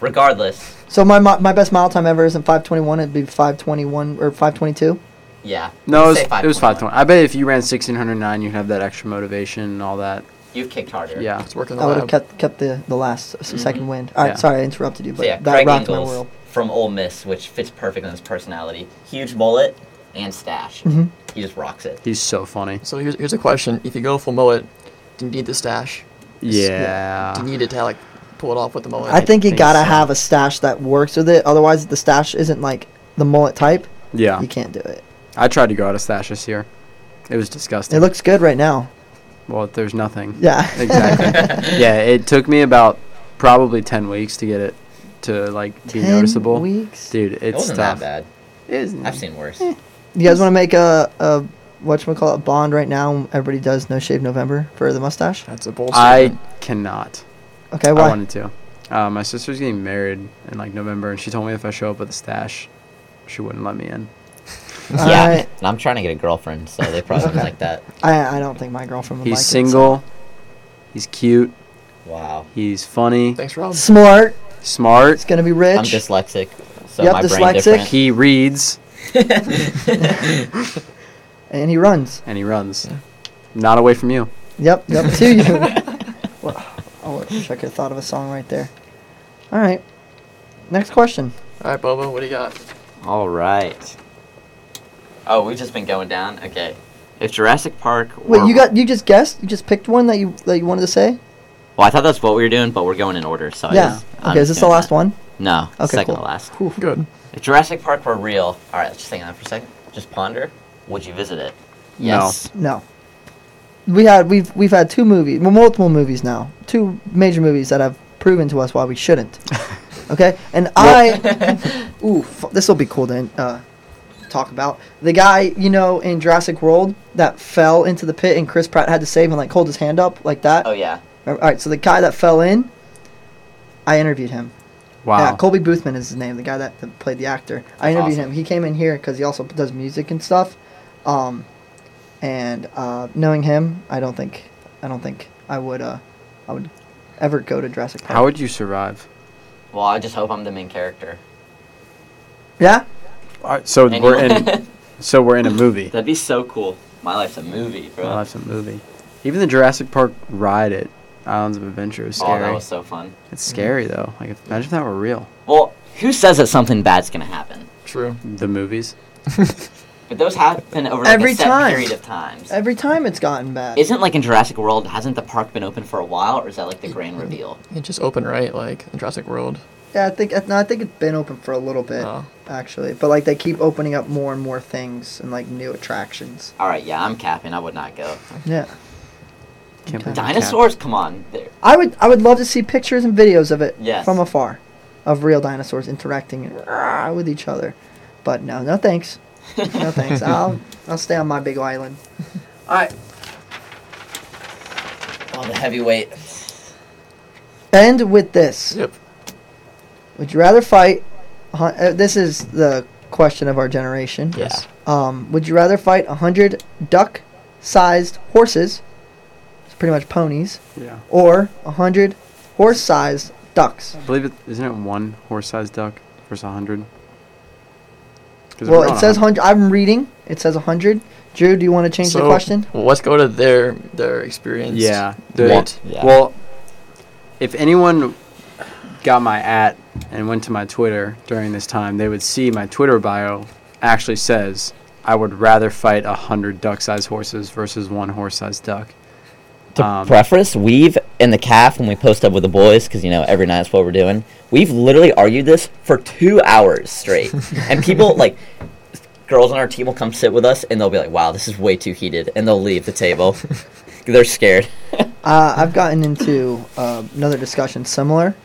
Speaker 4: regardless.
Speaker 3: so my, my my best mile time ever isn't 521. It'd be 521 or 522.
Speaker 4: Yeah.
Speaker 1: No, it was,
Speaker 4: Say
Speaker 1: it was
Speaker 4: 5.1.
Speaker 1: 520. I bet if you ran 1609, you'd have that extra motivation and all that.
Speaker 4: You've kicked harder.
Speaker 1: Yeah.
Speaker 2: It's working
Speaker 3: I
Speaker 2: the
Speaker 3: would have
Speaker 4: Uh,
Speaker 2: lab.
Speaker 3: kept kept the the last s- second wind. All right,
Speaker 1: Yeah.
Speaker 3: sorry I interrupted you, but
Speaker 4: mm-hmm. So yeah,
Speaker 3: that
Speaker 4: Craig
Speaker 3: rocked my
Speaker 4: Ingalls
Speaker 3: world.
Speaker 4: from Ole Miss, which fits perfectly in his personality. Huge mullet and stash.
Speaker 3: Mhm.
Speaker 4: He just rocks it.
Speaker 1: He's so funny.
Speaker 2: So here's, here's a question: If you go full mullet, do you need the stash?
Speaker 1: Yeah.
Speaker 2: Do you need it to like pull it off with the mullet?
Speaker 3: Ah. I think you
Speaker 1: think
Speaker 3: gotta
Speaker 1: so.
Speaker 3: have a stash that works with it. Otherwise, if the stash isn't like the mullet type,
Speaker 1: Yeah.
Speaker 3: you can't do it.
Speaker 1: I tried to go out of stash this year. It was disgusting.
Speaker 3: It looks good right now.
Speaker 1: well, there's nothing.
Speaker 3: Yeah.
Speaker 1: Exactly. yeah, it took me about probably 10 weeks to get it to like be
Speaker 3: 10
Speaker 1: noticeable.
Speaker 3: weeks.
Speaker 1: Dude, it's
Speaker 4: it wasn't
Speaker 1: tough.
Speaker 4: that
Speaker 1: It isn't.
Speaker 4: bad. I've seen worse.
Speaker 3: Eh. You guys want to make a a what call it bond right now? Everybody does no shave November for the mustache.
Speaker 2: that's a bold.
Speaker 1: I
Speaker 2: statement.
Speaker 1: cannot.
Speaker 3: Okay,
Speaker 1: I
Speaker 3: why?
Speaker 1: wanted to. Uh, my sister's getting married in like November, and she told me if I show up with a stash, she wouldn't let me in.
Speaker 3: All
Speaker 4: yeah.
Speaker 3: right.
Speaker 4: And I'm trying to get a girlfriend, so they probably
Speaker 3: Okay.
Speaker 4: wouldn't like that.
Speaker 3: I I don't think my girlfriend would
Speaker 1: He's
Speaker 3: like it, so-
Speaker 1: single. He's cute.
Speaker 4: Wow.
Speaker 1: He's funny.
Speaker 2: Thanks, Rob.
Speaker 3: Smart.
Speaker 1: Smart.
Speaker 3: It's gonna be rich.
Speaker 4: I'm dyslexic, so
Speaker 3: Yep,
Speaker 4: my
Speaker 3: dyslexic.
Speaker 4: brain
Speaker 1: He reads
Speaker 4: different.
Speaker 3: and he runs.
Speaker 1: and he runs.
Speaker 2: Yeah.
Speaker 1: Not away from you.
Speaker 3: Yep. Yep. to you. Well, I wish I could have thought of a song right there. All right. Next question.
Speaker 2: All right, Bobo, what do you got?
Speaker 4: All right. Oh, we've just been going down. Okay. If Jurassic Park.
Speaker 3: Wait,
Speaker 4: were-
Speaker 3: you got you just guessed? You just picked one that you that you wanted to say?
Speaker 4: Well, I thought that's what we were doing, but we're going in order. So I
Speaker 3: yeah.
Speaker 4: just- I'm
Speaker 3: Okay. Is this the
Speaker 4: doing
Speaker 3: last
Speaker 4: that.
Speaker 3: one?
Speaker 4: No.
Speaker 3: Okay,
Speaker 4: second
Speaker 3: cool.
Speaker 4: to last.
Speaker 2: Good.
Speaker 4: If Jurassic Park were real, all right, let's just think on that for a second. Just ponder. Would you visit it?
Speaker 1: No.
Speaker 4: Yes.
Speaker 3: No. We had we've we've had two movies, well, multiple movies now, two major movies that have proven to us why we shouldn't. Okay, and I, ooh, this will be cool to uh, talk about. The guy you know in Jurassic World that fell into the pit and Chris Pratt had to save and like hold his hand up like that.
Speaker 4: Oh yeah.
Speaker 3: All right, so the guy that fell in, I interviewed him.
Speaker 1: Wow.
Speaker 3: Yeah, Colby Boothman is his name, the guy that, that played the actor. I
Speaker 4: That's
Speaker 3: interviewed
Speaker 4: awesome.
Speaker 3: him. He came in here because he also does music and stuff. Um, and uh, knowing him, I don't think I don't think I would uh, I would ever go to Jurassic Park.
Speaker 1: How would you survive?
Speaker 4: Well, I just hope I'm the main character.
Speaker 3: yeah,
Speaker 1: so we're
Speaker 4: Uh, Anyway.
Speaker 1: in. So we're in a movie.
Speaker 4: That'd be so cool. My life's a movie, bro.
Speaker 1: Well, that's a movie. Even the Jurassic Park ride at Islands of Adventure is
Speaker 4: oh,
Speaker 1: scary.
Speaker 4: that was so fun.
Speaker 1: it's scary though. Like imagine if that were real.
Speaker 4: Well, who says that something bad's gonna happen?
Speaker 2: True.
Speaker 1: The movies.
Speaker 4: But those happen over like,
Speaker 3: Every
Speaker 4: a set
Speaker 3: time.
Speaker 4: period of times.
Speaker 3: Every time it's gotten bad.
Speaker 4: Isn't like in Jurassic World, hasn't the park been open for a while, or is that like the grand reveal?
Speaker 2: It just opened right, like in Jurassic World.
Speaker 3: yeah, I think no, I think it's been open for a little bit
Speaker 2: Oh.
Speaker 3: actually, but like they keep opening up more and more things and like new attractions.
Speaker 4: All right, yeah, I'm capping. I would not go.
Speaker 3: Yeah,
Speaker 1: Can't believe you can't.
Speaker 4: Dinosaurs, come on. They're-
Speaker 3: I would I would love to see pictures and videos of it
Speaker 4: Yes.
Speaker 3: from afar, of real dinosaurs interacting rah, with each other, but no, no thanks, no thanks. I'll I'll stay on my big island.
Speaker 1: All right.
Speaker 4: Oh, the heavyweight.
Speaker 3: End with this.
Speaker 2: Yep.
Speaker 3: Would you rather fight? hu- Uh, this is the question of our generation.
Speaker 2: Yes.
Speaker 3: Um, would you rather fight a hundred duck-sized horses, it's pretty much ponies,
Speaker 1: Yeah.
Speaker 3: or a hundred horse-sized ducks?
Speaker 1: I believe it isn't it one horse-sized duck versus a hundred.
Speaker 3: Well, it says hundred. I'm reading. It says a hundred. Drew, do you want to change the question?
Speaker 2: Well, let's go to their their experience.
Speaker 1: Yeah. the-
Speaker 2: What?
Speaker 4: Yeah.
Speaker 1: Well, if anyone got my at and went to my Twitter during this time, they would see my Twitter bio actually says, "I would rather fight a hundred duck-sized horses versus one horse-sized duck."
Speaker 4: To
Speaker 1: Um,
Speaker 4: preface, we've in the calf when we post up with the boys because you know every night is what we're doing. We've literally argued this for two hours straight, and people like girls on our team will come sit with us and they'll be like, "Wow, this is way too heated," and they'll leave the table. They're scared.
Speaker 3: Uh, I've gotten into uh, another discussion similar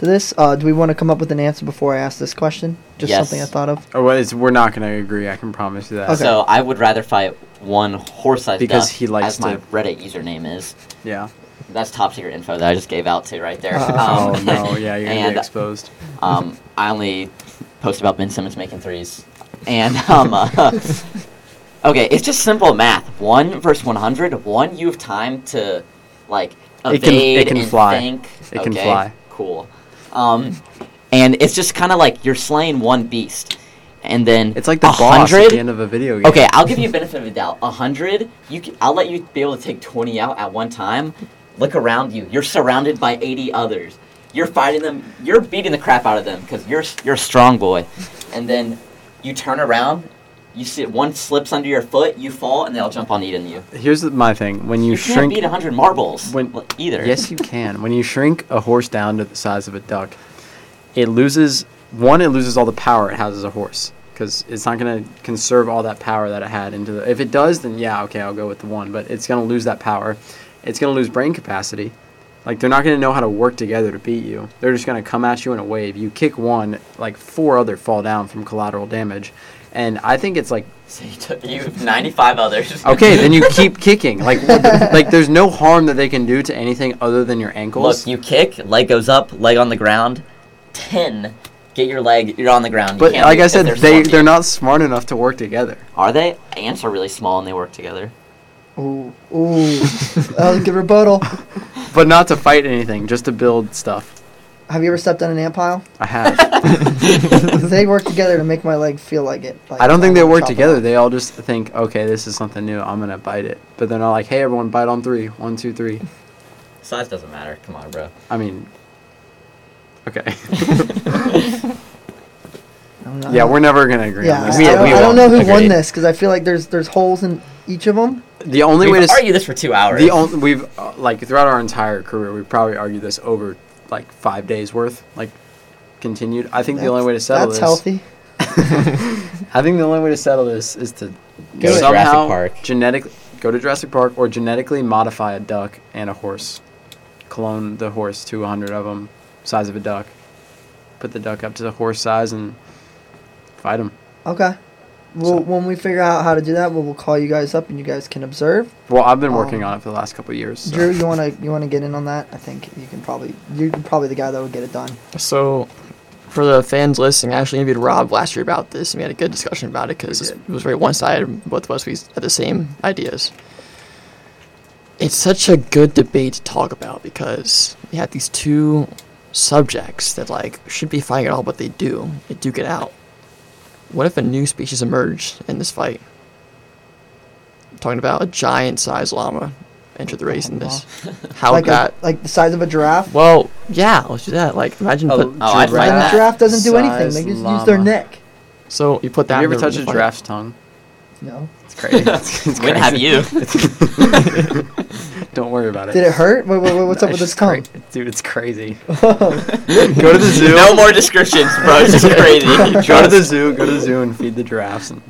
Speaker 3: to this. Uh, do we want to come up with an answer before I ask this question? Just
Speaker 4: Yes.
Speaker 3: something I thought of.
Speaker 1: Oh, well, it's, we're not going to agree. I can promise you that.
Speaker 3: Okay.
Speaker 4: So I would rather fight one horse-sized
Speaker 1: Because
Speaker 4: duck,
Speaker 1: he likes
Speaker 4: as my
Speaker 1: to-
Speaker 4: Reddit username is.
Speaker 1: Yeah.
Speaker 4: That's top secret info that I just gave out to right there.
Speaker 3: Uh-oh.
Speaker 1: Oh
Speaker 4: Um,
Speaker 1: no. Yeah, you're going to
Speaker 4: and
Speaker 1: be exposed.
Speaker 4: um, I only post about Ben Simmons making threes, and um, uh, okay, it's just simple math. One versus one hundred. One, you have time to like
Speaker 1: It can- it
Speaker 4: evade
Speaker 1: can
Speaker 4: and
Speaker 1: fly.
Speaker 4: think.
Speaker 1: It can
Speaker 4: Okay,
Speaker 1: fly.
Speaker 4: Cool. Um, and it's just kind of like you're slaying one beast, and then
Speaker 1: It's like the boss at
Speaker 4: 100
Speaker 1: the end of a video game.
Speaker 4: Okay, I'll give you a benefit of the doubt. A hundred, you can, I'll let you be able to take twenty out at one time. Look around you. You're surrounded by eighty others. You're fighting them. You're beating the crap out of them because you're s- you're a strong boy. And then you turn around. You see one slips under your foot. You fall, and they'll jump on eating you.
Speaker 1: Here's the- my thing. When you,
Speaker 4: You can't
Speaker 1: shrink
Speaker 4: beat hundred marbles
Speaker 1: when-
Speaker 4: l- either.
Speaker 1: Yes, you can. When you shrink a horse down to the size of a duck, it loses one. It loses all the power it has as a horse because it's not going to conserve all that power that it had into the. If it does, then yeah, okay, I'll go with the one. But it's going to lose that power. It's going to lose brain capacity. Like they're not going to know how to work together to beat you. They're just going to come at you in a wave. You kick one, like four other fall down from collateral damage. And I think it's like
Speaker 4: So you took you ninety-five others.
Speaker 1: okay, then you keep kicking. Like what the- like there's no harm that they can do to anything other than your ankles.
Speaker 4: Look, you kick. Leg goes up. Leg on the ground. Ten. Get your leg. You're on the ground. You
Speaker 1: But
Speaker 4: can't
Speaker 1: like I
Speaker 4: move 'cause
Speaker 1: said, they
Speaker 4: swarming
Speaker 1: they're
Speaker 4: you.
Speaker 1: not smart enough to work together.
Speaker 4: Are they? Ants are really small and they work together.
Speaker 3: Ooh, ooh, that was a good rebuttal.
Speaker 1: But not to fight anything, just to build stuff.
Speaker 3: Have you ever stepped on an ant pile?
Speaker 1: I have.
Speaker 3: they work together to make my leg feel like it. Like
Speaker 1: I don't think they
Speaker 3: I'm
Speaker 1: work
Speaker 3: chopping
Speaker 1: together.
Speaker 3: off.
Speaker 1: They all just think, okay, this is something new. I'm gonna bite it. But they're not like, hey, everyone, bite on three. One, two, three.
Speaker 4: Size doesn't matter. Come on, bro.
Speaker 1: I mean, okay.
Speaker 3: I'm not-
Speaker 1: yeah, we're never gonna agree
Speaker 3: Yeah,
Speaker 1: on
Speaker 3: I,
Speaker 1: this.
Speaker 3: I don't, I don't know who won
Speaker 4: Agreed.
Speaker 3: this because I feel like there's there's holes in each of them.
Speaker 1: The only way
Speaker 4: We've
Speaker 1: to s-
Speaker 4: argued this for two hours.
Speaker 1: the only we've uh, like throughout our entire career, we probably argued this over like five days worth, like continued. I think the only way to settle
Speaker 3: that's
Speaker 1: this.
Speaker 3: healthy.
Speaker 1: I think the only way to settle this is to
Speaker 4: Go to
Speaker 1: somehow
Speaker 4: Jurassic Park.
Speaker 1: genetic go to Jurassic Park or genetically modify a duck and a horse, clone the horse to 100 of them, size of a duck, put the duck up to the horse size and fight him.
Speaker 3: Okay. Well,
Speaker 1: So-
Speaker 3: when we figure out how to do that, we'll, we'll call you guys up and you guys can observe.
Speaker 1: Well, I've been working
Speaker 3: Um,
Speaker 1: on it for the last couple of years. so-
Speaker 3: Drew, you wanna you wanna get in on that? I think you can probably you're probably the guy that would get it done.
Speaker 2: So, for the fans listening, I actually interviewed Rob last year about this, and we had a good discussion about it
Speaker 1: We
Speaker 2: because it
Speaker 1: did.
Speaker 2: was very one-sided. Both of us we had the same ideas. It's such a good debate to talk about because you have these two subjects that like should be fighting at all, but they do. They do get out. What if a new species emerged in this fight? I'm talking about a giant-sized llama entered the
Speaker 1: Oh,
Speaker 2: race in this. How
Speaker 3: like
Speaker 2: would that?
Speaker 3: a, like the size of a giraffe.
Speaker 2: well, yeah, let's do that. Like, imagine
Speaker 1: A
Speaker 2: put
Speaker 4: Oh, I'd
Speaker 3: And
Speaker 4: fight
Speaker 3: a
Speaker 4: that.
Speaker 3: giraffe doesn't do anything.
Speaker 1: Size
Speaker 3: They just use their
Speaker 1: llama.
Speaker 3: neck.
Speaker 2: So you put that.
Speaker 1: Have you
Speaker 2: in
Speaker 1: ever
Speaker 2: the-
Speaker 1: touched
Speaker 2: the
Speaker 1: a
Speaker 2: fight.
Speaker 1: giraffe's tongue?
Speaker 3: No.
Speaker 1: It's crazy. it's, it's
Speaker 4: When have you?
Speaker 1: It's- Don't worry about it.
Speaker 3: Did it hurt? Wait, wait, wait, what's up with
Speaker 1: It's
Speaker 3: this
Speaker 1: just cra-
Speaker 3: tongue?
Speaker 1: dude, it's crazy.
Speaker 3: Go
Speaker 1: Go to the zoo.
Speaker 4: No more descriptions, bro. It's just crazy.
Speaker 1: go to the zoo. Go to the zoo and feed the giraffes. And,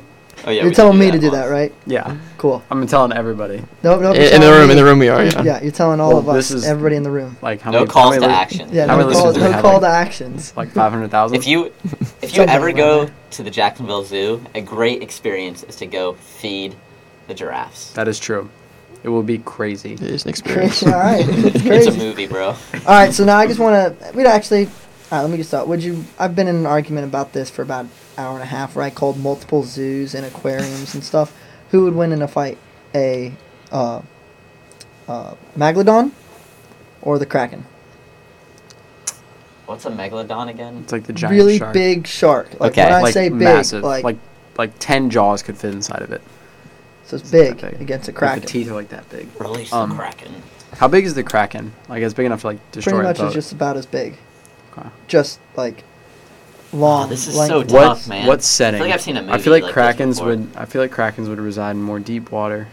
Speaker 4: Oh, yeah,
Speaker 3: You're
Speaker 4: we
Speaker 3: telling
Speaker 4: should
Speaker 3: me to do
Speaker 4: once.
Speaker 3: that, right?
Speaker 1: yeah,
Speaker 3: Cool.
Speaker 1: I'm telling everybody.
Speaker 3: Nope, nope.
Speaker 2: In, in
Speaker 3: you're
Speaker 2: the
Speaker 3: telling
Speaker 2: room,
Speaker 3: me-
Speaker 2: in the room we are. Yeah.
Speaker 3: Yeah, you're telling all
Speaker 1: Well,
Speaker 3: of us,
Speaker 1: this is-
Speaker 3: everybody in the room.
Speaker 1: Like how
Speaker 4: No
Speaker 1: many?
Speaker 4: calls
Speaker 1: how
Speaker 4: to
Speaker 1: many li-
Speaker 4: action.
Speaker 3: Yeah,
Speaker 1: How
Speaker 3: no
Speaker 1: many
Speaker 3: call,
Speaker 1: listeners do we
Speaker 3: no
Speaker 1: have,
Speaker 3: call
Speaker 1: like-
Speaker 3: to actions.
Speaker 1: Like 500,000.
Speaker 4: If you if you
Speaker 3: Something
Speaker 4: ever
Speaker 3: around
Speaker 4: go
Speaker 3: there.
Speaker 4: to the Jacksonville Zoo, a great experience is to go feed the giraffes.
Speaker 1: that is true. It will be crazy.
Speaker 2: It is an experience.
Speaker 3: Crazy. All right, it's
Speaker 4: It's a
Speaker 3: crazy.
Speaker 4: movie, bro.
Speaker 3: All right, so now I just want to. We'd actually. All right, let me just start. Would you? I've been in an argument about this for about an hour and a half, where I called multiple zoos and aquariums and stuff. Who would win in a fight, a uh, uh, megalodon or the kraken?
Speaker 4: What's a megalodon again?
Speaker 1: It's like the giant
Speaker 3: really
Speaker 1: shark.
Speaker 3: big shark. Like
Speaker 4: Okay.
Speaker 3: when I
Speaker 1: like
Speaker 3: say big,
Speaker 1: massive.
Speaker 3: like,
Speaker 1: like like 10 jaws could fit inside of it.
Speaker 3: so it's big,
Speaker 1: that big.
Speaker 3: against a
Speaker 1: Like,
Speaker 3: kraken.
Speaker 1: the teeth are like that big.
Speaker 4: Release the
Speaker 1: Um,
Speaker 4: kraken.
Speaker 1: How big is the kraken? Like it's big enough to like destroy
Speaker 3: Pretty much
Speaker 1: a boat.
Speaker 3: is just about as big.
Speaker 1: Okay.
Speaker 3: Just like long.
Speaker 4: Oh, this is
Speaker 3: length-
Speaker 4: so
Speaker 1: what
Speaker 4: tough, man.
Speaker 1: what setting?
Speaker 4: I feel like I've seen a movie.
Speaker 1: I feel like,
Speaker 4: like this
Speaker 1: krakens
Speaker 4: before.
Speaker 1: would. I feel like krakens would reside in more deep water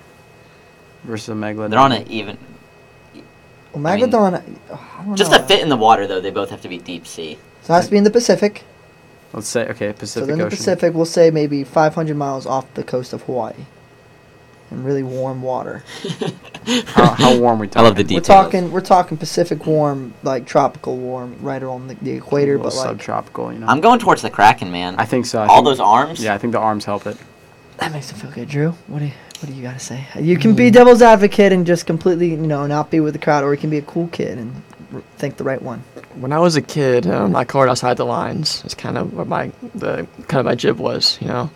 Speaker 1: versus a megalodon.
Speaker 4: They're on an even.
Speaker 3: Well,
Speaker 4: I mean,
Speaker 3: megalodon. I, I
Speaker 1: Oh,
Speaker 3: don't
Speaker 4: Just
Speaker 3: know.
Speaker 4: to fit in the water, though, they both have to be deep sea.
Speaker 3: So it has to be in the Pacific.
Speaker 1: Let's say okay, Pacific
Speaker 3: so then the
Speaker 1: Ocean.
Speaker 3: Pacific, we'll say maybe 500 miles off the coast of Hawaii, in really warm water.
Speaker 1: How, how warm we
Speaker 4: I
Speaker 1: talking?
Speaker 4: love the
Speaker 3: We're
Speaker 4: details.
Speaker 3: talking, we're talking Pacific warm, like tropical warm, right around the, the equator,
Speaker 1: Little
Speaker 3: but like
Speaker 1: subtropical, you know.
Speaker 4: I'm going towards the kraken, man.
Speaker 1: I think so. I
Speaker 4: All
Speaker 1: think-
Speaker 4: those arms.
Speaker 1: Yeah, I think the arms help it.
Speaker 3: that makes me feel good. Drew, what do you, what do you got to say? You can
Speaker 1: Mm.
Speaker 3: be devil's advocate and just completely, you know, not be with the crowd, or you can be a cool kid and r- think the right one.
Speaker 2: When I was a kid, um, I colored outside the lines. It's kind of what my the kind of my jib was, you know.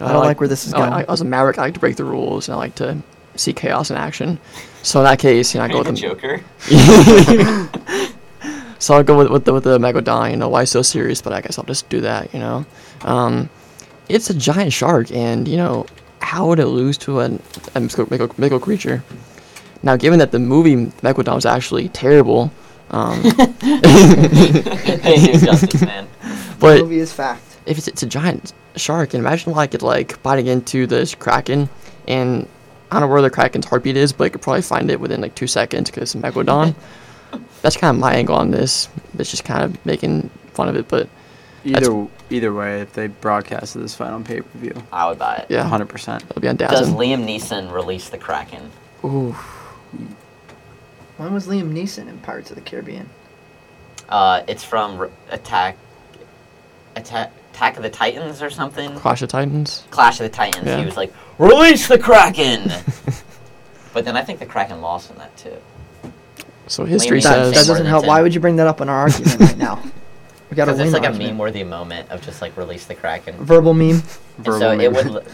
Speaker 2: Uh,
Speaker 3: I don't like where this is
Speaker 2: I, I,
Speaker 3: going.
Speaker 2: I was a maverick. I like to break the rules, and I like to see chaos in action. So in that case, you know, I
Speaker 4: Are
Speaker 2: go
Speaker 4: you
Speaker 2: with
Speaker 4: the
Speaker 2: the,
Speaker 4: Joker?
Speaker 2: So I'll go with, with the with the megalodon. You know, why so serious? But I guess I'll just do that. You know, um, it's a giant shark, and you know, how would it lose to an, a mythical, mythical, mythical creature? Now, given that the movie Megalodon was actually terrible, um,
Speaker 4: Hey, do justice, man.
Speaker 2: but
Speaker 3: movie is fact.
Speaker 2: if it's, it's a giant shark, and imagine like it like biting into this kraken, and I don't know where the kraken's heartbeat is, but you could probably find it within like two seconds because it's a megalodon. That's kind of my angle on this. It's just kind of making fun of it, but
Speaker 1: Either either way, if they broadcasted this fight on pay per view,
Speaker 4: I would buy it.
Speaker 2: yeah,
Speaker 1: hundred percent.
Speaker 2: it'll be on
Speaker 4: Does
Speaker 2: Dazzle.
Speaker 4: Liam Neeson release the kraken?
Speaker 2: Ooh,
Speaker 3: When was Liam Neeson in Pirates of the Caribbean?
Speaker 4: Uh, it's from R- Attack, Attack, Attack of the Titans or something.
Speaker 2: Clash of Titans.
Speaker 4: Clash of the Titans.
Speaker 2: Yeah.
Speaker 4: He was like, "Release the Kraken!" but then I think the Kraken lost in that too.
Speaker 2: So history
Speaker 4: Liam
Speaker 3: That,
Speaker 4: Neeson.
Speaker 2: says
Speaker 3: that doesn't help. Why would you bring that up in our argument right now? We got to
Speaker 4: Because
Speaker 3: win.
Speaker 4: it's like a
Speaker 3: argument.
Speaker 4: meme-worthy moment of just like release the Kraken. And
Speaker 3: Verbal meme.
Speaker 4: so it would, l-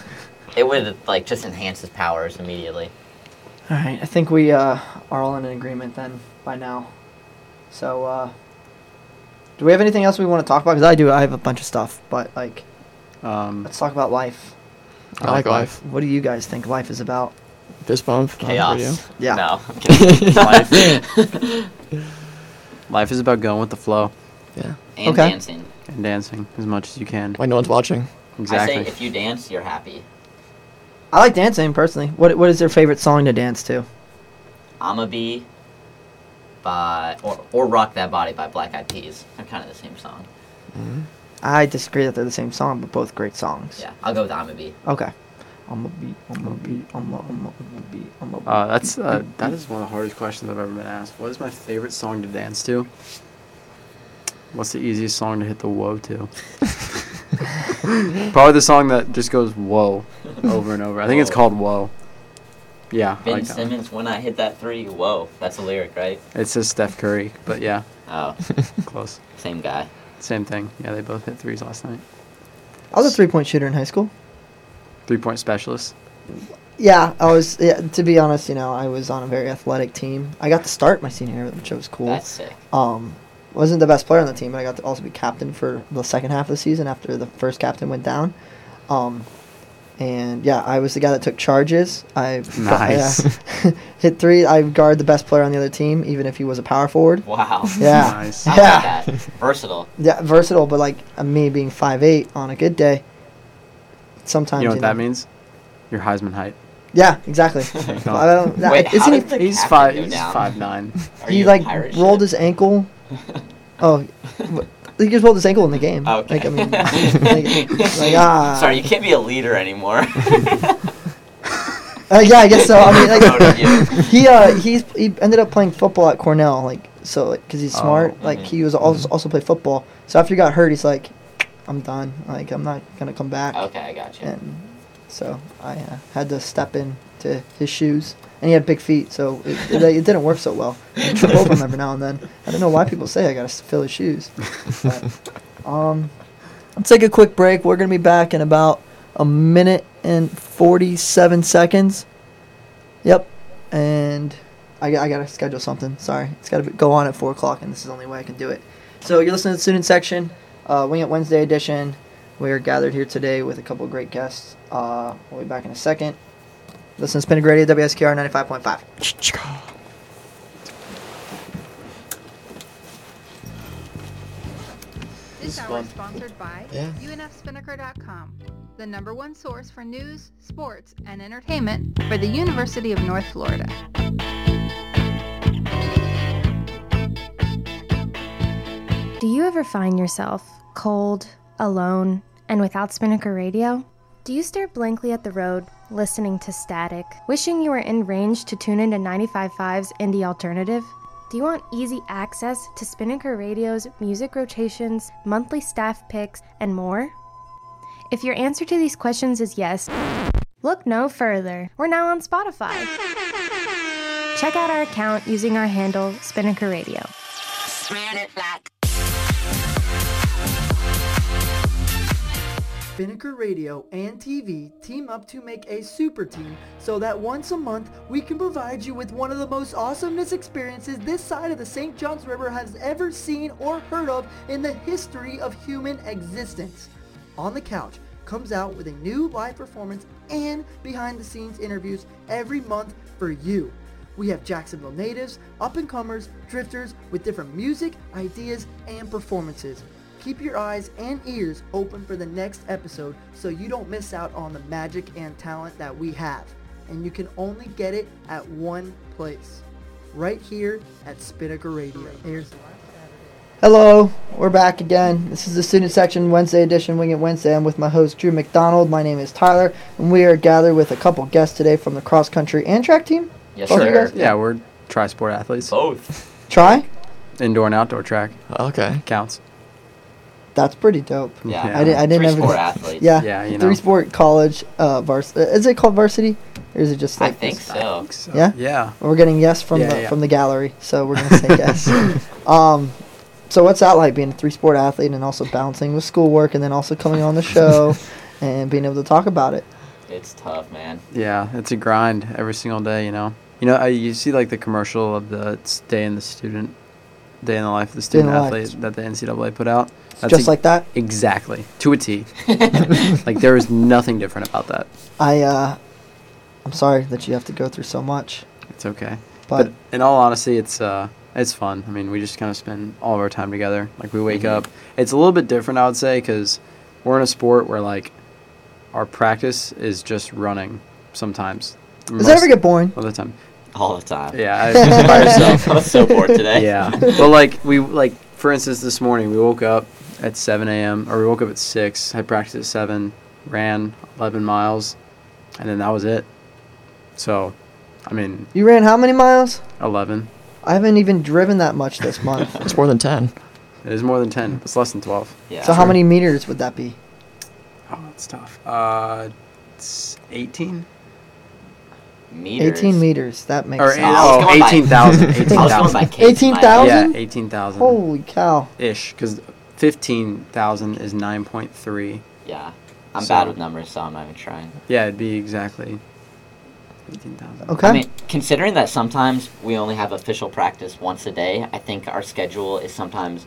Speaker 4: it would like just enhance his powers immediately.
Speaker 3: All right, I think we uh, are all in an agreement then by now. So, uh, do we have anything else we want to talk about? Because I do. I have a bunch of stuff, but like,
Speaker 1: Um,
Speaker 3: let's talk about life.
Speaker 2: I like life.
Speaker 3: What do you guys think life is about?
Speaker 2: Fist bump. uh, for you.
Speaker 4: Chaos.
Speaker 3: Yeah.
Speaker 4: No. I'm kidding.
Speaker 1: life, life is about going with the flow
Speaker 2: Yeah.
Speaker 4: and
Speaker 3: Okay.
Speaker 4: dancing.
Speaker 1: and dancing as much as you can.
Speaker 2: Like no one's watching.
Speaker 4: I say
Speaker 1: Exactly.
Speaker 4: if you dance, you're happy.
Speaker 3: I like dancing personally. What What is your favorite song to dance to?
Speaker 4: I'ma be by or or rock that body by Black Eyed Peas. They're kind of the same song.
Speaker 3: I disagree that they're the same song, but both great songs.
Speaker 4: Yeah, I'll go with I'ma be.
Speaker 3: Okay. I'm a beat. I'm a beat. I'm a. I'm a. I'm a beat. I'm a. Beat.
Speaker 1: Uh, that's uh, that is one of the hardest questions I've ever been asked. What is my favorite song to dance to? What's the easiest song to hit the whoa to? Probably the song that just goes whoa over and over. I think it's
Speaker 4: Whoa.
Speaker 1: called whoa. Yeah, I
Speaker 4: Ben
Speaker 1: like that one.
Speaker 4: Simmons, when I hit that three, whoa, that's a lyric, right?
Speaker 1: It says Steph Curry, but yeah,
Speaker 4: Oh,
Speaker 1: close.
Speaker 4: same guy.
Speaker 1: Same thing. Yeah, they both hit threes last night.
Speaker 3: I was a three point shooter in high school.
Speaker 1: Three point specialist.
Speaker 3: Yeah, I was. Yeah, to be honest, you know, I was on a very athletic team. I got to start my senior year, which was cool.
Speaker 4: That's sick.
Speaker 3: Um, wasn't the best player on the team, but I got to also be captain for the second half of the season after the first captain went down. Um, and yeah, I was the guy that took charges. I
Speaker 1: Nice.
Speaker 3: I, uh, hit three. I guard the best player on the other team, even if he was a power forward.
Speaker 4: Wow.
Speaker 3: Yeah,
Speaker 1: Nice.
Speaker 4: I
Speaker 3: yeah.
Speaker 4: like that. Versatile.
Speaker 3: Yeah, versatile, but like uh, me being 5'8 on a good day, sometimes
Speaker 1: You know what that
Speaker 3: know,
Speaker 1: means? your Heisman height.
Speaker 3: Yeah, exactly. I don't, that,
Speaker 4: Wait,
Speaker 3: isn't
Speaker 4: how
Speaker 3: he
Speaker 4: did the
Speaker 1: He's
Speaker 4: captain
Speaker 1: five.
Speaker 4: go
Speaker 1: He's
Speaker 4: down?
Speaker 1: five nine.
Speaker 4: Are
Speaker 3: he
Speaker 4: you a
Speaker 3: like
Speaker 4: pirate
Speaker 3: rolled
Speaker 4: ship?
Speaker 3: his ankle. Oh, w- he just rolled his ankle in the game.
Speaker 4: Oh, Okay.
Speaker 3: Like I mean, like, like, ah.
Speaker 4: Sorry, you can't be a leader anymore.
Speaker 3: Uh, yeah, I guess so. I mean, like,
Speaker 4: Promoted you.
Speaker 3: he uh, he's he ended up playing football at Cornell, like so, like because he's
Speaker 1: Oh,
Speaker 3: smart. Like
Speaker 4: mhm,
Speaker 3: he was also also play football. So after he got hurt, he's like, I'm done. Like I'm not gonna come back.
Speaker 4: Okay, I got you.
Speaker 3: And so I uh, had to step in to his shoes, and he had big feet, so it, it, it didn't work so well. I trip over him every now and then. I don't know why people say I gotta s- fill his shoes. But, um, let's take a quick break. We're gonna be back in about a minute and forty-seven seconds. Yep, and I, g- I gotta schedule something. Sorry, it's gotta be, go on at four o'clock, and this is the only way I can do it. So you're listening to the student section, uh, Wing It Wednesday edition. We are gathered here today with a couple of great guests. Uh, we'll be back in a second. Listen to Spinning Radio, WSKR 95.5.
Speaker 1: This
Speaker 5: This
Speaker 1: is
Speaker 5: hour
Speaker 1: fun.
Speaker 5: is sponsored by
Speaker 2: Yeah.
Speaker 5: UNFSpinnaker.com, the number one source for news, sports, and entertainment for the University of North Florida.
Speaker 6: Do you ever find yourself cold, alone, and without Spinnaker radio? Do you stare blankly at the road, listening to static, wishing you were in range to tune into 95.5's Indie Alternative? Do you want easy access to Spinnaker Radio's music rotations, monthly staff picks, and more? If your answer to these questions is yes, look no further. We're now on Spotify. Check out our account using our handle, Spinnaker Radio.
Speaker 3: Spinnaker Radio and TV team up to make a super team so that once a month we can provide you with one of the most awesomeness experiences this side of the St. Johns River has ever seen or heard of in the history of human existence. On the Couch comes out with a new live performance and behind the scenes interviews every month for you. We have Jacksonville natives, up and comers, drifters with different music, ideas, and performances. Keep your eyes and ears open for the next episode so you don't miss out on the magic and talent that we have. And you can only get it at one place, right here at Spinnaker Radio. Hello, we're back again. This is the student section Wednesday edition, Wing It Wednesday. I'm with my host Drew McDonald. My name is Tyler, and we are gathered with a couple guests today from the cross country and track team.
Speaker 4: Yes,
Speaker 3: Both of you
Speaker 4: sir.
Speaker 3: guys?
Speaker 1: Yeah, we're tri-sport athletes.
Speaker 4: Both.
Speaker 3: Try?
Speaker 1: Indoor and outdoor track
Speaker 2: Okay.
Speaker 1: counts.
Speaker 3: That's pretty dope.
Speaker 4: Yeah.
Speaker 1: Yeah.
Speaker 3: I didn't. I didn't
Speaker 4: Three
Speaker 3: ever.
Speaker 4: sport athletes.
Speaker 3: Yeah.
Speaker 1: Yeah, you know.
Speaker 3: Three sport college uh, varsity. Is it called varsity, or is it just
Speaker 4: I
Speaker 3: like?
Speaker 4: think so.
Speaker 1: So,
Speaker 3: Yeah?
Speaker 1: Yeah.
Speaker 3: We're getting yes from
Speaker 1: Yeah,
Speaker 3: the
Speaker 1: yeah.
Speaker 3: from the gallery, so we're gonna say yes. Um, so what's that like being a three sport athlete and also balancing with schoolwork and then also coming on the show and being able to talk about it?
Speaker 4: It's tough, man.
Speaker 1: Yeah, it's a grind every single day, you know. You know, I, you see like the commercial of the it's day in the student, day in the life of the
Speaker 3: Day in
Speaker 1: student
Speaker 3: the life.
Speaker 1: athlete that the NCAA put out.
Speaker 3: Just
Speaker 1: ex-
Speaker 3: like that,
Speaker 1: exactly to a T. like there is nothing different about that.
Speaker 3: I uh, I'm sorry that you have to go through so much,
Speaker 1: It's okay.
Speaker 3: but,
Speaker 1: But in all honesty, it's uh, it's fun. I mean, we just kind of spend all of our time together. Like we wake
Speaker 3: Mm-hmm.
Speaker 1: up. It's a little bit different, I would say, because we're in a sport where like our practice is just running sometimes.
Speaker 3: does that ever get boring?
Speaker 1: all the time?
Speaker 4: All the time.
Speaker 1: Yeah, I, just by yourself.
Speaker 4: I was so bored today.
Speaker 1: Yeah, but like we like for instance this morning we woke up at 7 a.m. or we woke up at six. Had practice at seven, ran 11 miles, and then that was it. So, I mean,
Speaker 3: You ran how many miles?
Speaker 1: 11.
Speaker 3: I haven't even driven that much this month.
Speaker 2: It's more than 10.
Speaker 1: It is more than 10. It's less than 12.
Speaker 4: Yeah.
Speaker 3: so how many meters would that be?
Speaker 1: Oh, that's tough. Uh, it's 18?
Speaker 4: Meters.
Speaker 3: 18 meters. That makes
Speaker 1: Or
Speaker 3: sense.
Speaker 1: eight-
Speaker 4: I was
Speaker 1: oh,
Speaker 4: going by-
Speaker 1: 18,000.
Speaker 4: I was going by
Speaker 1: 18,000.
Speaker 4: Kate's
Speaker 3: 18,000?
Speaker 1: Yeah,
Speaker 3: 18,000?
Speaker 1: 18,000
Speaker 3: Holy cow!
Speaker 1: ish. Because 15,000 is 9.3.
Speaker 4: Yeah. I'm
Speaker 1: So-
Speaker 4: bad with numbers, so I'm not even trying.
Speaker 1: Yeah, it'd be exactly 18,000.
Speaker 3: Okay.
Speaker 4: I mean, considering that sometimes we only have official practice once a day, I think our schedule is sometimes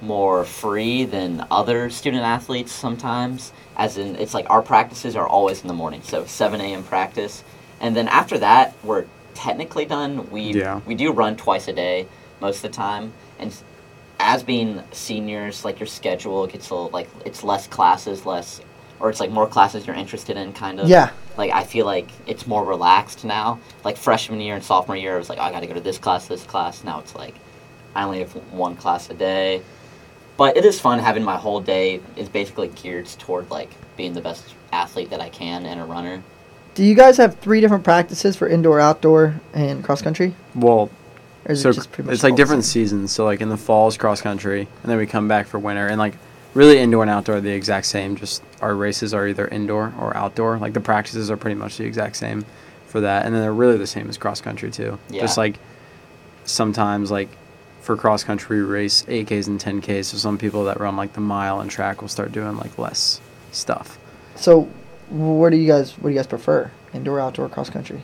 Speaker 4: more free than other student athletes sometimes. As in, it's like our practices are always in the morning, so 7 a.m. practice. And then after that, we're technically done. We,
Speaker 1: Yeah.
Speaker 4: we do run twice a day most of the time. And s- as being seniors, like your schedule gets a little, like, it's less classes, less or it's like more classes you're interested in, kind of.
Speaker 3: Yeah.
Speaker 4: Like I feel like it's more relaxed now. Like freshman year and sophomore year, it was like oh, I got to go to this class, this class. Now it's like I only have one class a day, but it is fun having my whole day is basically geared toward like being the best athlete that I can and a runner.
Speaker 3: Do you guys have three different practices for indoor, outdoor, and cross country?
Speaker 1: Well,
Speaker 3: Or is
Speaker 1: so
Speaker 3: it just pretty much
Speaker 1: it's like
Speaker 3: all the
Speaker 1: different
Speaker 3: same?
Speaker 1: seasons. So like in the fall is cross country, and then we come back for winter, and like really indoor and outdoor are the exact same. Just our races are either indoor or outdoor. Like the practices are pretty much the exact same for that, and then they're really the same as cross country too. Just
Speaker 4: Yeah.
Speaker 1: like sometimes like for cross country we race 8Ks and 10Ks. So some people that run like the mile and track will start doing like less stuff.
Speaker 3: So, what do you guys what do you guys prefer? Indoor, outdoor, cross country?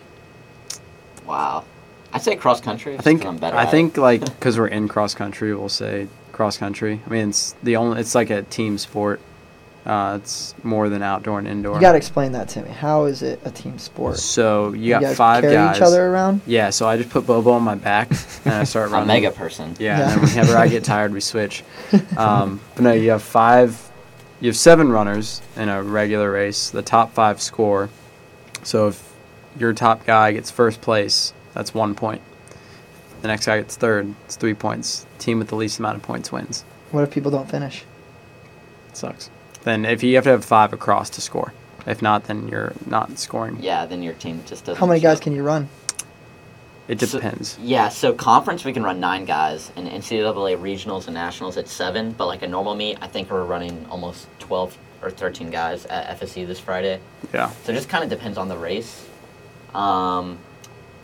Speaker 4: Wow. I'd say cross country.
Speaker 1: I
Speaker 4: just
Speaker 1: think
Speaker 4: 'cause I'm better
Speaker 1: I
Speaker 4: at it.
Speaker 1: think like because we're in cross country, we'll say cross country. I mean, it's the only it's like a team sport. Uh, it's more than outdoor and indoor.
Speaker 3: You got to explain that to me. How is it a team sport?
Speaker 1: So you, got
Speaker 3: guys
Speaker 1: five
Speaker 3: carry
Speaker 1: guys.
Speaker 3: each other around.
Speaker 1: Yeah. So I just put Bobo on my back and I start
Speaker 4: I'm a
Speaker 1: running.
Speaker 4: mega person.
Speaker 1: Yeah,
Speaker 3: Yeah.
Speaker 1: and then whenever I get tired, we switch. Um, but no, you have five, you have seven runners in a regular race. The top five score. So if your top guy gets first place, that's one point. The next guy gets third, it's three points. Team with the least amount of points wins.
Speaker 3: What if people don't finish?
Speaker 1: sucks. Then if you have to have five across to score. If not, then you're not scoring.
Speaker 4: Yeah, then your team just doesn't.
Speaker 3: How many guys
Speaker 4: show.
Speaker 3: can you run?
Speaker 1: It
Speaker 4: So-
Speaker 1: depends.
Speaker 4: yeah, so conference we can run nine guys, and NCAA regionals and nationals at seven. But like a normal meet, I think we're running almost twelve or thirteen guys at FSC this Friday.
Speaker 1: Yeah.
Speaker 4: So it just kind of depends on the race. Um,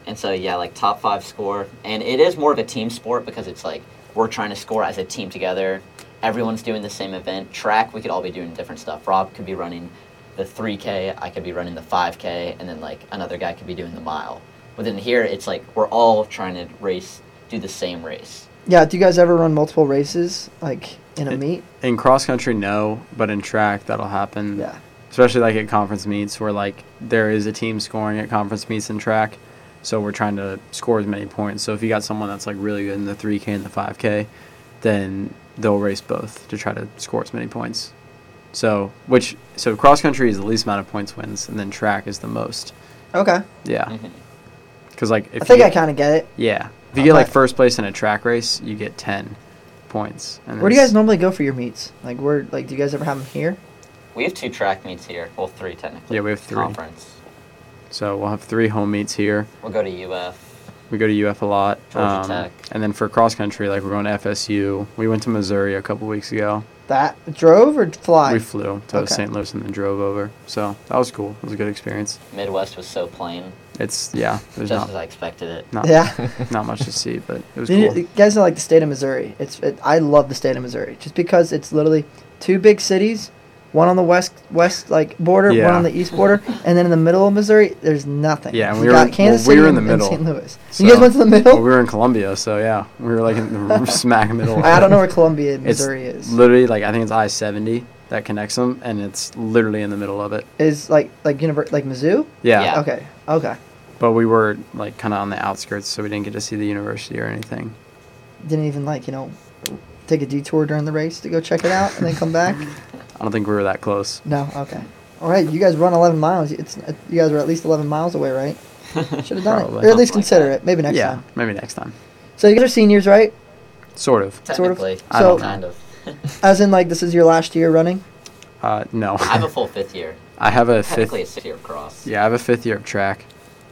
Speaker 4: and so yeah, like top five score, and it is more of a team sport because it's like we're trying to score as a team together. Everyone's doing the same event. Track, we could all be doing different stuff. Rob could be running the 3K, I could be running the 5K, and then like another guy could be doing the mile. Within here, it's like we're all trying to race, do the same race.
Speaker 3: Yeah. Do you guys ever run multiple races like in a
Speaker 1: It-
Speaker 3: meet?
Speaker 1: In cross country, no, but in track, that'll happen.
Speaker 3: Yeah.
Speaker 1: especially like at conference meets where like there is a team scoring at conference meets in track so we're trying to score as many points so if you got someone that's like really good in the 3k and the 5k then they'll race both to try to score as many points so which so cross country is the least amount of points wins and then track is the most
Speaker 3: Okay.
Speaker 1: yeah
Speaker 4: Mhm.
Speaker 1: because like if
Speaker 3: I think
Speaker 1: you
Speaker 3: I kind of get it.
Speaker 1: yeah if you get like
Speaker 3: Okay.
Speaker 1: first place in a track race you get 10 points and
Speaker 3: Where do you
Speaker 1: it's-
Speaker 3: guys normally go for your meets? Like, where like do you guys ever have them here?
Speaker 4: We have two track meets here. Well, three technically.
Speaker 1: Yeah, we have three.
Speaker 4: Conference.
Speaker 1: so we'll have three home meets here
Speaker 4: We'll go to UF.
Speaker 1: We go to UF a lot. um,
Speaker 4: Georgia Tech.
Speaker 1: And then for cross country, like we're going to FSU. We went to Missouri a couple weeks ago.
Speaker 3: That drove or fly?
Speaker 1: We flew to
Speaker 3: Okay.
Speaker 1: St. Louis and then drove over. So that was cool. It was a good experience.
Speaker 4: Midwest was so plain,
Speaker 1: It's yeah. There's
Speaker 4: just
Speaker 1: not
Speaker 4: as I expected it.
Speaker 1: not,
Speaker 3: yeah.
Speaker 1: not much to see, but it was
Speaker 3: You-
Speaker 1: cool.
Speaker 3: you guys know, like the state of Missouri. It's it, I love the state of Missouri just because it's literally two big cities, one on the west west like border, one
Speaker 1: Yeah.
Speaker 3: on the east border, and then in the middle of Missouri, there's nothing.
Speaker 1: Yeah, and
Speaker 3: You
Speaker 1: we were-
Speaker 3: got Kansas
Speaker 1: well, we
Speaker 3: City
Speaker 1: were in
Speaker 3: and-
Speaker 1: the
Speaker 3: and
Speaker 1: middle.
Speaker 3: St. Louis. you guys
Speaker 1: So-
Speaker 3: went to the middle.
Speaker 1: Well, we were in Columbia, so yeah, we were like in the smack middle. of
Speaker 3: I don't
Speaker 1: it.
Speaker 3: know where Columbia,
Speaker 1: It's
Speaker 3: Missouri is.
Speaker 1: Literally, like I think it's I seventy that connects them, and it's literally in the middle of it.
Speaker 3: is like like univer- like Mizzou.
Speaker 1: yeah.
Speaker 4: Yeah.
Speaker 3: Okay, okay.
Speaker 1: But we were like kind of on the outskirts, so we didn't get to see the university or anything.
Speaker 3: Didn't even like you know take a detour during the race to go check it out and then come back.
Speaker 1: I don't think we were that close.
Speaker 3: No, okay. All right, you guys run 11 miles. It's uh, you guys are at least 11 miles away, right? Should have done it,
Speaker 1: Probably.
Speaker 3: or at least
Speaker 4: Something like
Speaker 3: consider
Speaker 4: that.
Speaker 3: it. Maybe next
Speaker 1: yeah,
Speaker 3: time.
Speaker 1: maybe next time.
Speaker 3: So you guys are seniors, right?
Speaker 1: Sort of.
Speaker 3: Sort of.
Speaker 4: Technically,
Speaker 1: I don't know.
Speaker 3: So-
Speaker 4: kind of.
Speaker 3: As in, like this is your last year running.
Speaker 1: Uh, no.
Speaker 4: I have a full fifth year.
Speaker 1: I have a fifth.
Speaker 4: Technically, a six year cross.
Speaker 1: Yeah, I have a fifth year of track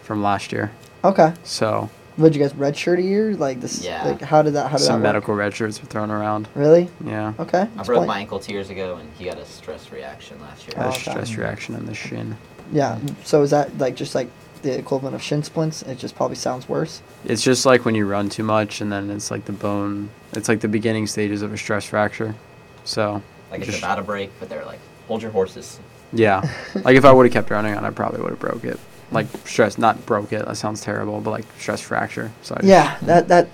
Speaker 1: from last year.
Speaker 3: Okay.
Speaker 1: So
Speaker 3: Would you guys redshirt a year? Like this?
Speaker 4: Yeah.
Speaker 3: Like how did that? How did
Speaker 1: some
Speaker 3: that work?
Speaker 1: medical red shirts were thrown around.
Speaker 3: Really?
Speaker 1: Yeah,
Speaker 3: Okay.
Speaker 4: I
Speaker 3: explain.
Speaker 4: broke my ankle two years ago, and he got a stress reaction last year.
Speaker 1: had a
Speaker 3: Okay.
Speaker 1: stress reaction in the shin.
Speaker 3: Yeah. So is that like just like the equivalent of shin splints? It just probably sounds worse.
Speaker 1: It's just like when you run too much, and then it's like the bone. It's like the beginning stages of a stress fracture. So
Speaker 4: Like it's
Speaker 1: just-
Speaker 4: about to break, but they're like, "Hold your horses."
Speaker 1: yeah, like if I would have kept running on, it, I probably would have broke it. Like stress, not broke it. That sounds terrible, but like stress fracture. So I just-
Speaker 3: Yeah. That that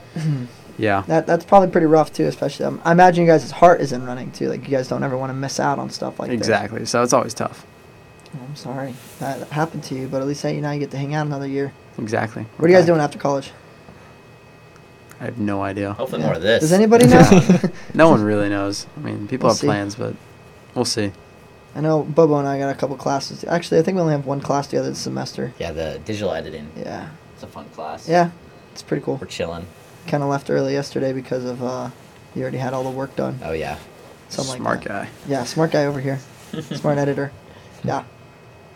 Speaker 1: yeah,
Speaker 3: that that's probably pretty rough too. Especially, um, I imagine you guys' heart is in running too. Like you guys don't ever want to miss out on stuff like this.
Speaker 1: exactly. So it's always tough.
Speaker 3: Oh, I'm sorry that happened to you, but at least hey, now you get to hang out another year.
Speaker 1: Exactly.
Speaker 3: What are you guys
Speaker 1: Okay.
Speaker 3: doing after college?
Speaker 1: I have no idea.
Speaker 4: Hopefully,
Speaker 3: Yeah.
Speaker 4: more of this.
Speaker 3: Does anybody know?
Speaker 1: No one really knows. I mean, people
Speaker 3: We'll
Speaker 1: have
Speaker 3: see.
Speaker 1: plans, but we'll see.
Speaker 3: I know Bobo and I got a couple classes. Actually, I think we only have one class together this semester.
Speaker 4: Yeah, the digital editing.
Speaker 3: Yeah.
Speaker 4: It's a fun class.
Speaker 3: Yeah. It's pretty cool.
Speaker 4: We're chilling.
Speaker 3: Kind of left early yesterday because of uh, you already had all the work done.
Speaker 4: Oh yeah.
Speaker 3: Something like
Speaker 1: Smart
Speaker 3: that.
Speaker 1: guy.
Speaker 3: Yeah, smart guy over here. smart editor. Yeah.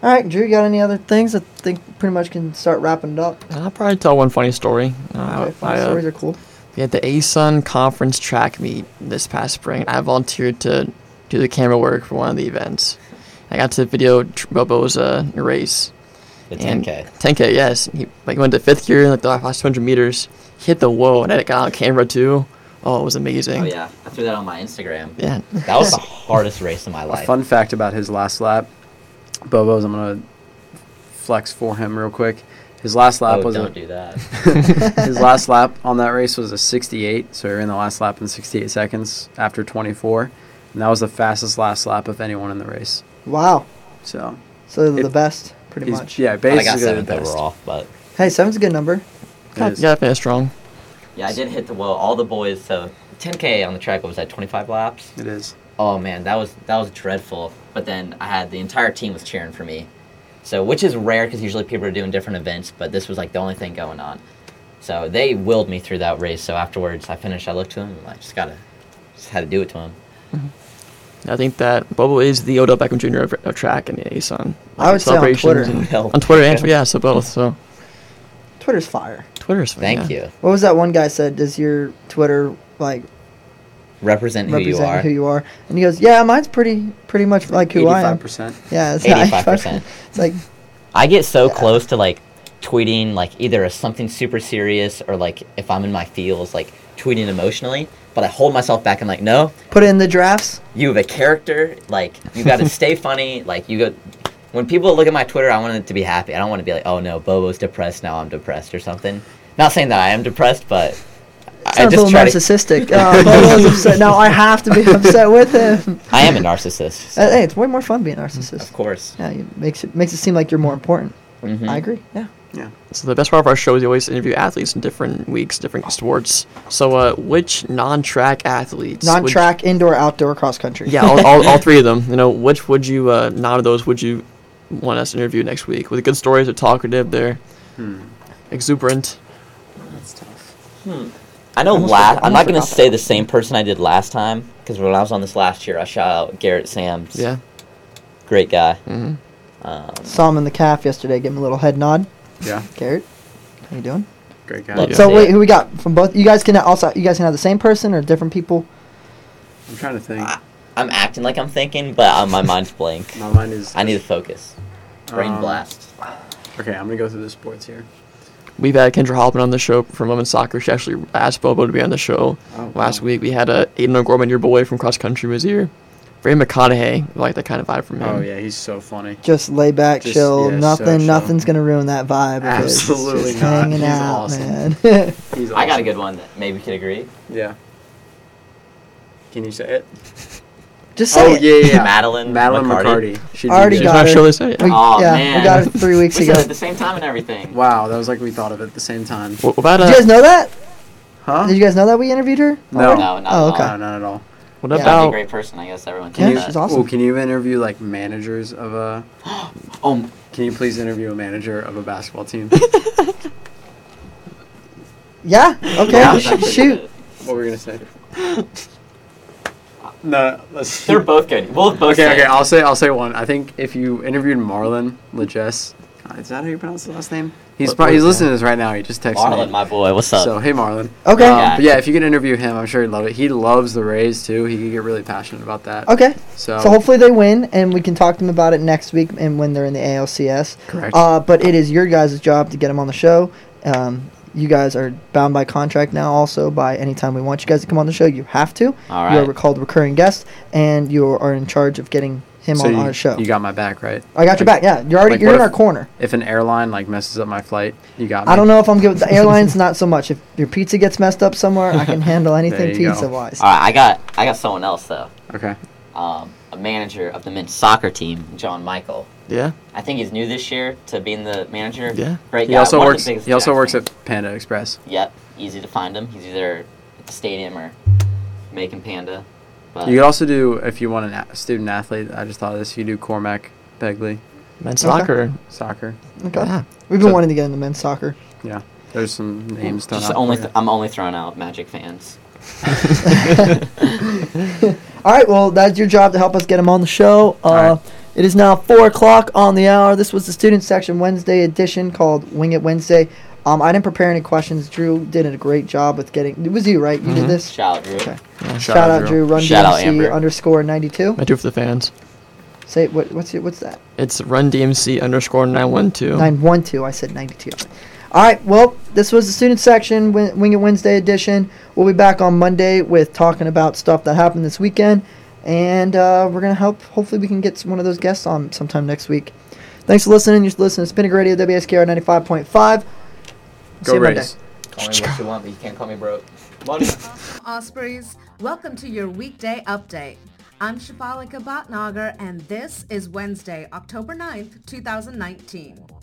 Speaker 3: All right, Drew, you got any other things? I think pretty much can start wrapping it up.
Speaker 2: I'll probably tell one funny story. Uh,
Speaker 3: Okay, fun
Speaker 2: I, uh,
Speaker 3: stories are cool.
Speaker 2: We had the ASUN conference track meet this past spring. I volunteered to do the camera work for one of the events. I got to video Tr- Bobo's uh, race.
Speaker 4: The
Speaker 2: and-
Speaker 4: 10K.
Speaker 2: 10K, yes. He like went to fifth gear, like the last 200 meters, hit the wall, and I got on camera too. Oh, it was amazing.
Speaker 4: Oh yeah. I threw that on my Instagram.
Speaker 2: Yeah.
Speaker 4: That was the hardest race of my
Speaker 1: A
Speaker 4: life.
Speaker 1: fun fact about his last lap, Bobo's. I'm gonna flex for him real quick. His last lap
Speaker 4: oh,
Speaker 1: was
Speaker 4: don't
Speaker 1: a,
Speaker 4: do that.
Speaker 1: his last lap on that race was a 68. So he ran the last lap in 68 seconds after 24, and that was the fastest last lap of anyone in the race.
Speaker 3: Wow.
Speaker 1: So
Speaker 3: So they're
Speaker 1: It-
Speaker 3: the best, pretty
Speaker 1: he's-
Speaker 3: much.
Speaker 1: yeah,
Speaker 4: But
Speaker 1: basically
Speaker 4: I got
Speaker 1: the
Speaker 4: seventh
Speaker 1: best.
Speaker 4: overall, but
Speaker 3: Hey, seven's a good number.
Speaker 1: It
Speaker 2: Yeah,
Speaker 1: is.
Speaker 2: yeah, I finished strong.
Speaker 4: yeah, I did hit the wall. All the boys. So 10K on the track. What was that? 25 laps.
Speaker 1: It is.
Speaker 4: Oh man, that was that was dreadful. But then I had the entire team was cheering for me, so which is rare because usually people are doing different events, but this was like the only thing going on. So they willed me through that race. So afterwards, I finished. I looked to him. and I just gotta, just had to do it to him.
Speaker 2: I think that Bobo is the Odell Beckham Jr. of, of track and the ASUN.
Speaker 3: I would say on
Speaker 2: Celebrations
Speaker 3: Twitter.
Speaker 2: and-
Speaker 4: Hell.
Speaker 2: on Twitter and yeah, so both. So
Speaker 3: Twitter's fire.
Speaker 2: Twitter's
Speaker 4: Thank
Speaker 2: yeah.
Speaker 4: you.
Speaker 3: What was that one guy said? Does your Twitter like
Speaker 4: Represent who you
Speaker 3: represent
Speaker 4: are.
Speaker 3: who you are? And he goes, Yeah, mine's pretty pretty much like who I am.
Speaker 1: 85%.
Speaker 3: Yeah, it's
Speaker 4: 85%.
Speaker 3: It's like
Speaker 4: I get so close to like tweeting like either something super serious or like if I'm in my feels like tweeting emotionally, but I hold myself back. I'm like, no,
Speaker 3: put it in the drafts.
Speaker 4: you have a character. Like you got to stay funny. Like you go. When people look at my Twitter, I want it to be happy. I don't want to be like, oh no, Bobo's depressed now. I'm depressed or something. Not saying that I am depressed, but I
Speaker 3: Sounds a
Speaker 4: just
Speaker 3: little
Speaker 4: try to,
Speaker 3: narcissistic. Oh, Bobo's upset. Now I have to be upset with him.
Speaker 4: I am a narcissist. so,
Speaker 3: Uh, Hey, it's way more fun being a narcissist.
Speaker 4: of course.
Speaker 3: Yeah, it makes it makes it seem like you're more important.
Speaker 4: Mhm.
Speaker 3: I agree. Yeah.
Speaker 1: Yeah.
Speaker 2: So the best part of our show is we always interview athletes in different weeks, different sports. So uh, which non-track athletes? would-
Speaker 3: Non-track, indoor, outdoor, cross country.
Speaker 2: yeah, all, all, all three of them. You know, which would you? Uh, none of those would you want us to interview next week? With good stories, they're talkative, they're
Speaker 1: Hmm.
Speaker 2: exuberant.
Speaker 4: I know
Speaker 3: Almost
Speaker 4: last.
Speaker 3: forgot-
Speaker 4: I'm not
Speaker 3: almost
Speaker 4: going to
Speaker 3: forgot
Speaker 4: say the same person I did last time because when I was on this last year, I shout out Garrett Sams.
Speaker 2: Yeah.
Speaker 4: great guy.
Speaker 2: hmm
Speaker 4: Um,
Speaker 3: Saw him in the calf yesterday. Give him a little head nod.
Speaker 1: Yeah.
Speaker 3: Garrett, how you doing?
Speaker 1: Great guy.
Speaker 4: Love
Speaker 2: Yeah.
Speaker 3: So
Speaker 4: it.
Speaker 3: wait, who we got from both? You guys can also you guys can have the same person or different people.
Speaker 1: I'm trying to think.
Speaker 4: I- I'm acting like I'm thinking, but uh, my mind's blank.
Speaker 1: My mind is.
Speaker 4: I need to focus. Brain
Speaker 1: Um,
Speaker 4: blast.
Speaker 1: Okay, I'm gonna go through the sports here.
Speaker 2: We've had Kendra Halpin on the show from women's soccer. She actually asked Bobo to be on the show
Speaker 1: Oh,
Speaker 2: last
Speaker 1: wow.
Speaker 2: week. We had uh, Aiden O'Gorman, your boy from cross country, was here. Ray McConaughey, I like that kind of vibe from him.
Speaker 1: Oh yeah, he's so funny.
Speaker 3: Just lay back,
Speaker 1: Just-
Speaker 3: chill.
Speaker 1: yeah, so
Speaker 3: nothing,
Speaker 1: chill.
Speaker 3: nothing's gonna ruin that vibe. of it. It's
Speaker 1: Absolutely
Speaker 3: just
Speaker 1: not.
Speaker 3: Hanging
Speaker 1: He's
Speaker 3: out,
Speaker 1: awesome.
Speaker 3: man.
Speaker 1: He's.
Speaker 4: I got a
Speaker 1: awesome.
Speaker 4: good one that maybe we could agree.
Speaker 1: Yeah. Can you say it?
Speaker 3: just say
Speaker 1: oh
Speaker 3: it.
Speaker 1: yeah, yeah.
Speaker 4: Madeline
Speaker 1: Madeline
Speaker 4: McCarty.
Speaker 1: McCarty. She did
Speaker 3: Already
Speaker 1: good.
Speaker 2: She's
Speaker 3: got
Speaker 2: not
Speaker 3: it.
Speaker 2: sure they say it.
Speaker 3: We,
Speaker 4: Aw,
Speaker 3: yeah,
Speaker 4: man.
Speaker 3: we got it three weeks
Speaker 4: We
Speaker 3: ago.
Speaker 4: said it at the same time and everything.
Speaker 1: Wow, that was like we thought of it at the same time.
Speaker 2: What about
Speaker 3: Did
Speaker 2: uh,
Speaker 3: you guys know that?
Speaker 1: Huh?
Speaker 3: Did you guys know that we interviewed her?
Speaker 1: No.
Speaker 4: No, not
Speaker 3: Oh,
Speaker 4: at
Speaker 3: okay.
Speaker 1: No, not at all.
Speaker 2: what
Speaker 3: Yeah.
Speaker 4: She's a
Speaker 2: about
Speaker 4: great person. I guess everyone
Speaker 3: Yeah,
Speaker 4: can.
Speaker 3: she's awesome.
Speaker 1: Oh, can you interview like managers of a?
Speaker 4: Oh,
Speaker 1: Can you please interview a manager of a basketball team?
Speaker 3: Yeah. Okay.
Speaker 4: yeah,
Speaker 3: sh- shoot.
Speaker 1: what were we gonna say? No, let's.
Speaker 4: They're both good. We'll both
Speaker 1: Okay,
Speaker 4: say
Speaker 1: okay.
Speaker 4: it.
Speaker 1: I'll say, I'll say one. I think if you interviewed Marlon Legess, uh, is that how you pronounce his last name? He's
Speaker 2: What-
Speaker 1: probably
Speaker 2: what
Speaker 1: he's
Speaker 2: is
Speaker 1: listening to this right now. He just texted
Speaker 4: Marlon,
Speaker 1: me.
Speaker 4: my boy, what's up?
Speaker 1: So hey, Marlon.
Speaker 3: Okay.
Speaker 1: Um,
Speaker 4: Yeah.
Speaker 1: but yeah, if you could interview him, I'm sure he'd love it. He loves the Rays too. He could get really passionate about that.
Speaker 3: Okay.
Speaker 1: So,
Speaker 3: So hopefully they win, and we can talk to them about it next week, and when they're in the ALCS.
Speaker 1: correct.
Speaker 3: Uh, but it is your guys' job to get them on the show. Um, you guys are bound by contract now, also by anytime we want you guys to come on the show, you have to.
Speaker 4: All
Speaker 3: You
Speaker 4: right.
Speaker 3: are called recurring guest, and you are in charge of getting him
Speaker 1: So
Speaker 3: on
Speaker 1: you,
Speaker 3: our show.
Speaker 1: You got my back, right?
Speaker 3: I got your back. Yeah, you're already
Speaker 1: like,
Speaker 3: you're
Speaker 1: what
Speaker 3: in
Speaker 1: if-
Speaker 3: our corner.
Speaker 1: If an airline like messes up my flight, you got me.
Speaker 3: I don't know if I'm good with the airlines, not so much. If your pizza gets messed up somewhere, I can handle anything
Speaker 1: There you go.
Speaker 3: pizza wise.
Speaker 4: All right, I got, I got someone else though.
Speaker 1: Okay.
Speaker 4: Um, a manager of the men's soccer team, John Michael.
Speaker 2: yeah?
Speaker 4: I think he's new this year to being the manager.
Speaker 2: Yeah.
Speaker 4: Great
Speaker 1: He
Speaker 4: guy.
Speaker 1: also
Speaker 4: One of the
Speaker 1: works.
Speaker 4: biggest
Speaker 1: He also
Speaker 4: Jack
Speaker 1: works
Speaker 4: fans.
Speaker 1: at Panda Express.
Speaker 4: Yep, easy to find him. He's either at the stadium or making panda. But
Speaker 1: You could also do if you want a student athlete. I just thought of this. You do Cormac Begley
Speaker 2: Men's
Speaker 3: Okay.
Speaker 2: soccer.
Speaker 1: soccer.
Speaker 3: Okay.
Speaker 2: Yeah.
Speaker 3: We've been
Speaker 1: So-
Speaker 3: wanting to get into men's soccer.
Speaker 1: Yeah, there's some names. thrown
Speaker 4: just
Speaker 1: out
Speaker 4: only
Speaker 1: there.
Speaker 4: th- I'm only throwing out Magic fans.
Speaker 3: All right, well, that's your job to help us get him on the show. Uh,
Speaker 1: All right.
Speaker 3: It is now 4 o'clock on the hour. This was the Student Section Wednesday edition called Wing It Wednesday. Um, I didn't prepare any questions. Drew did a great job with getting. It was you, right? You did this?
Speaker 4: Mm-hmm. Shout out, Drew.
Speaker 3: Okay.
Speaker 2: Yeah.
Speaker 3: Shout, out, Drew. Run
Speaker 4: Shout out,
Speaker 3: DMC
Speaker 4: Amber.
Speaker 3: underscore 92.
Speaker 2: I do it for the fans.
Speaker 3: Say, what, what's, it, what's that?
Speaker 2: It's run DMC underscore nine one two.
Speaker 3: 912. I said 92. All right. Well, this was the student section, Win- Wing It Wednesday edition. We'll be back on Monday with talking about stuff that happened this weekend. And uh, we're going to help. Hopefully, we can get some- one of those guests on sometime next week. Thanks for listening. You're listening to Spinning Radio WSKR 95.5.
Speaker 1: Go
Speaker 3: Monday.
Speaker 1: race.
Speaker 4: Call me what you want, but you can't call me broke. Money.
Speaker 7: Ospreys, welcome to your weekday update. I'm Shafalika Bhatnagar, and this is Wednesday, October 9th, 2019.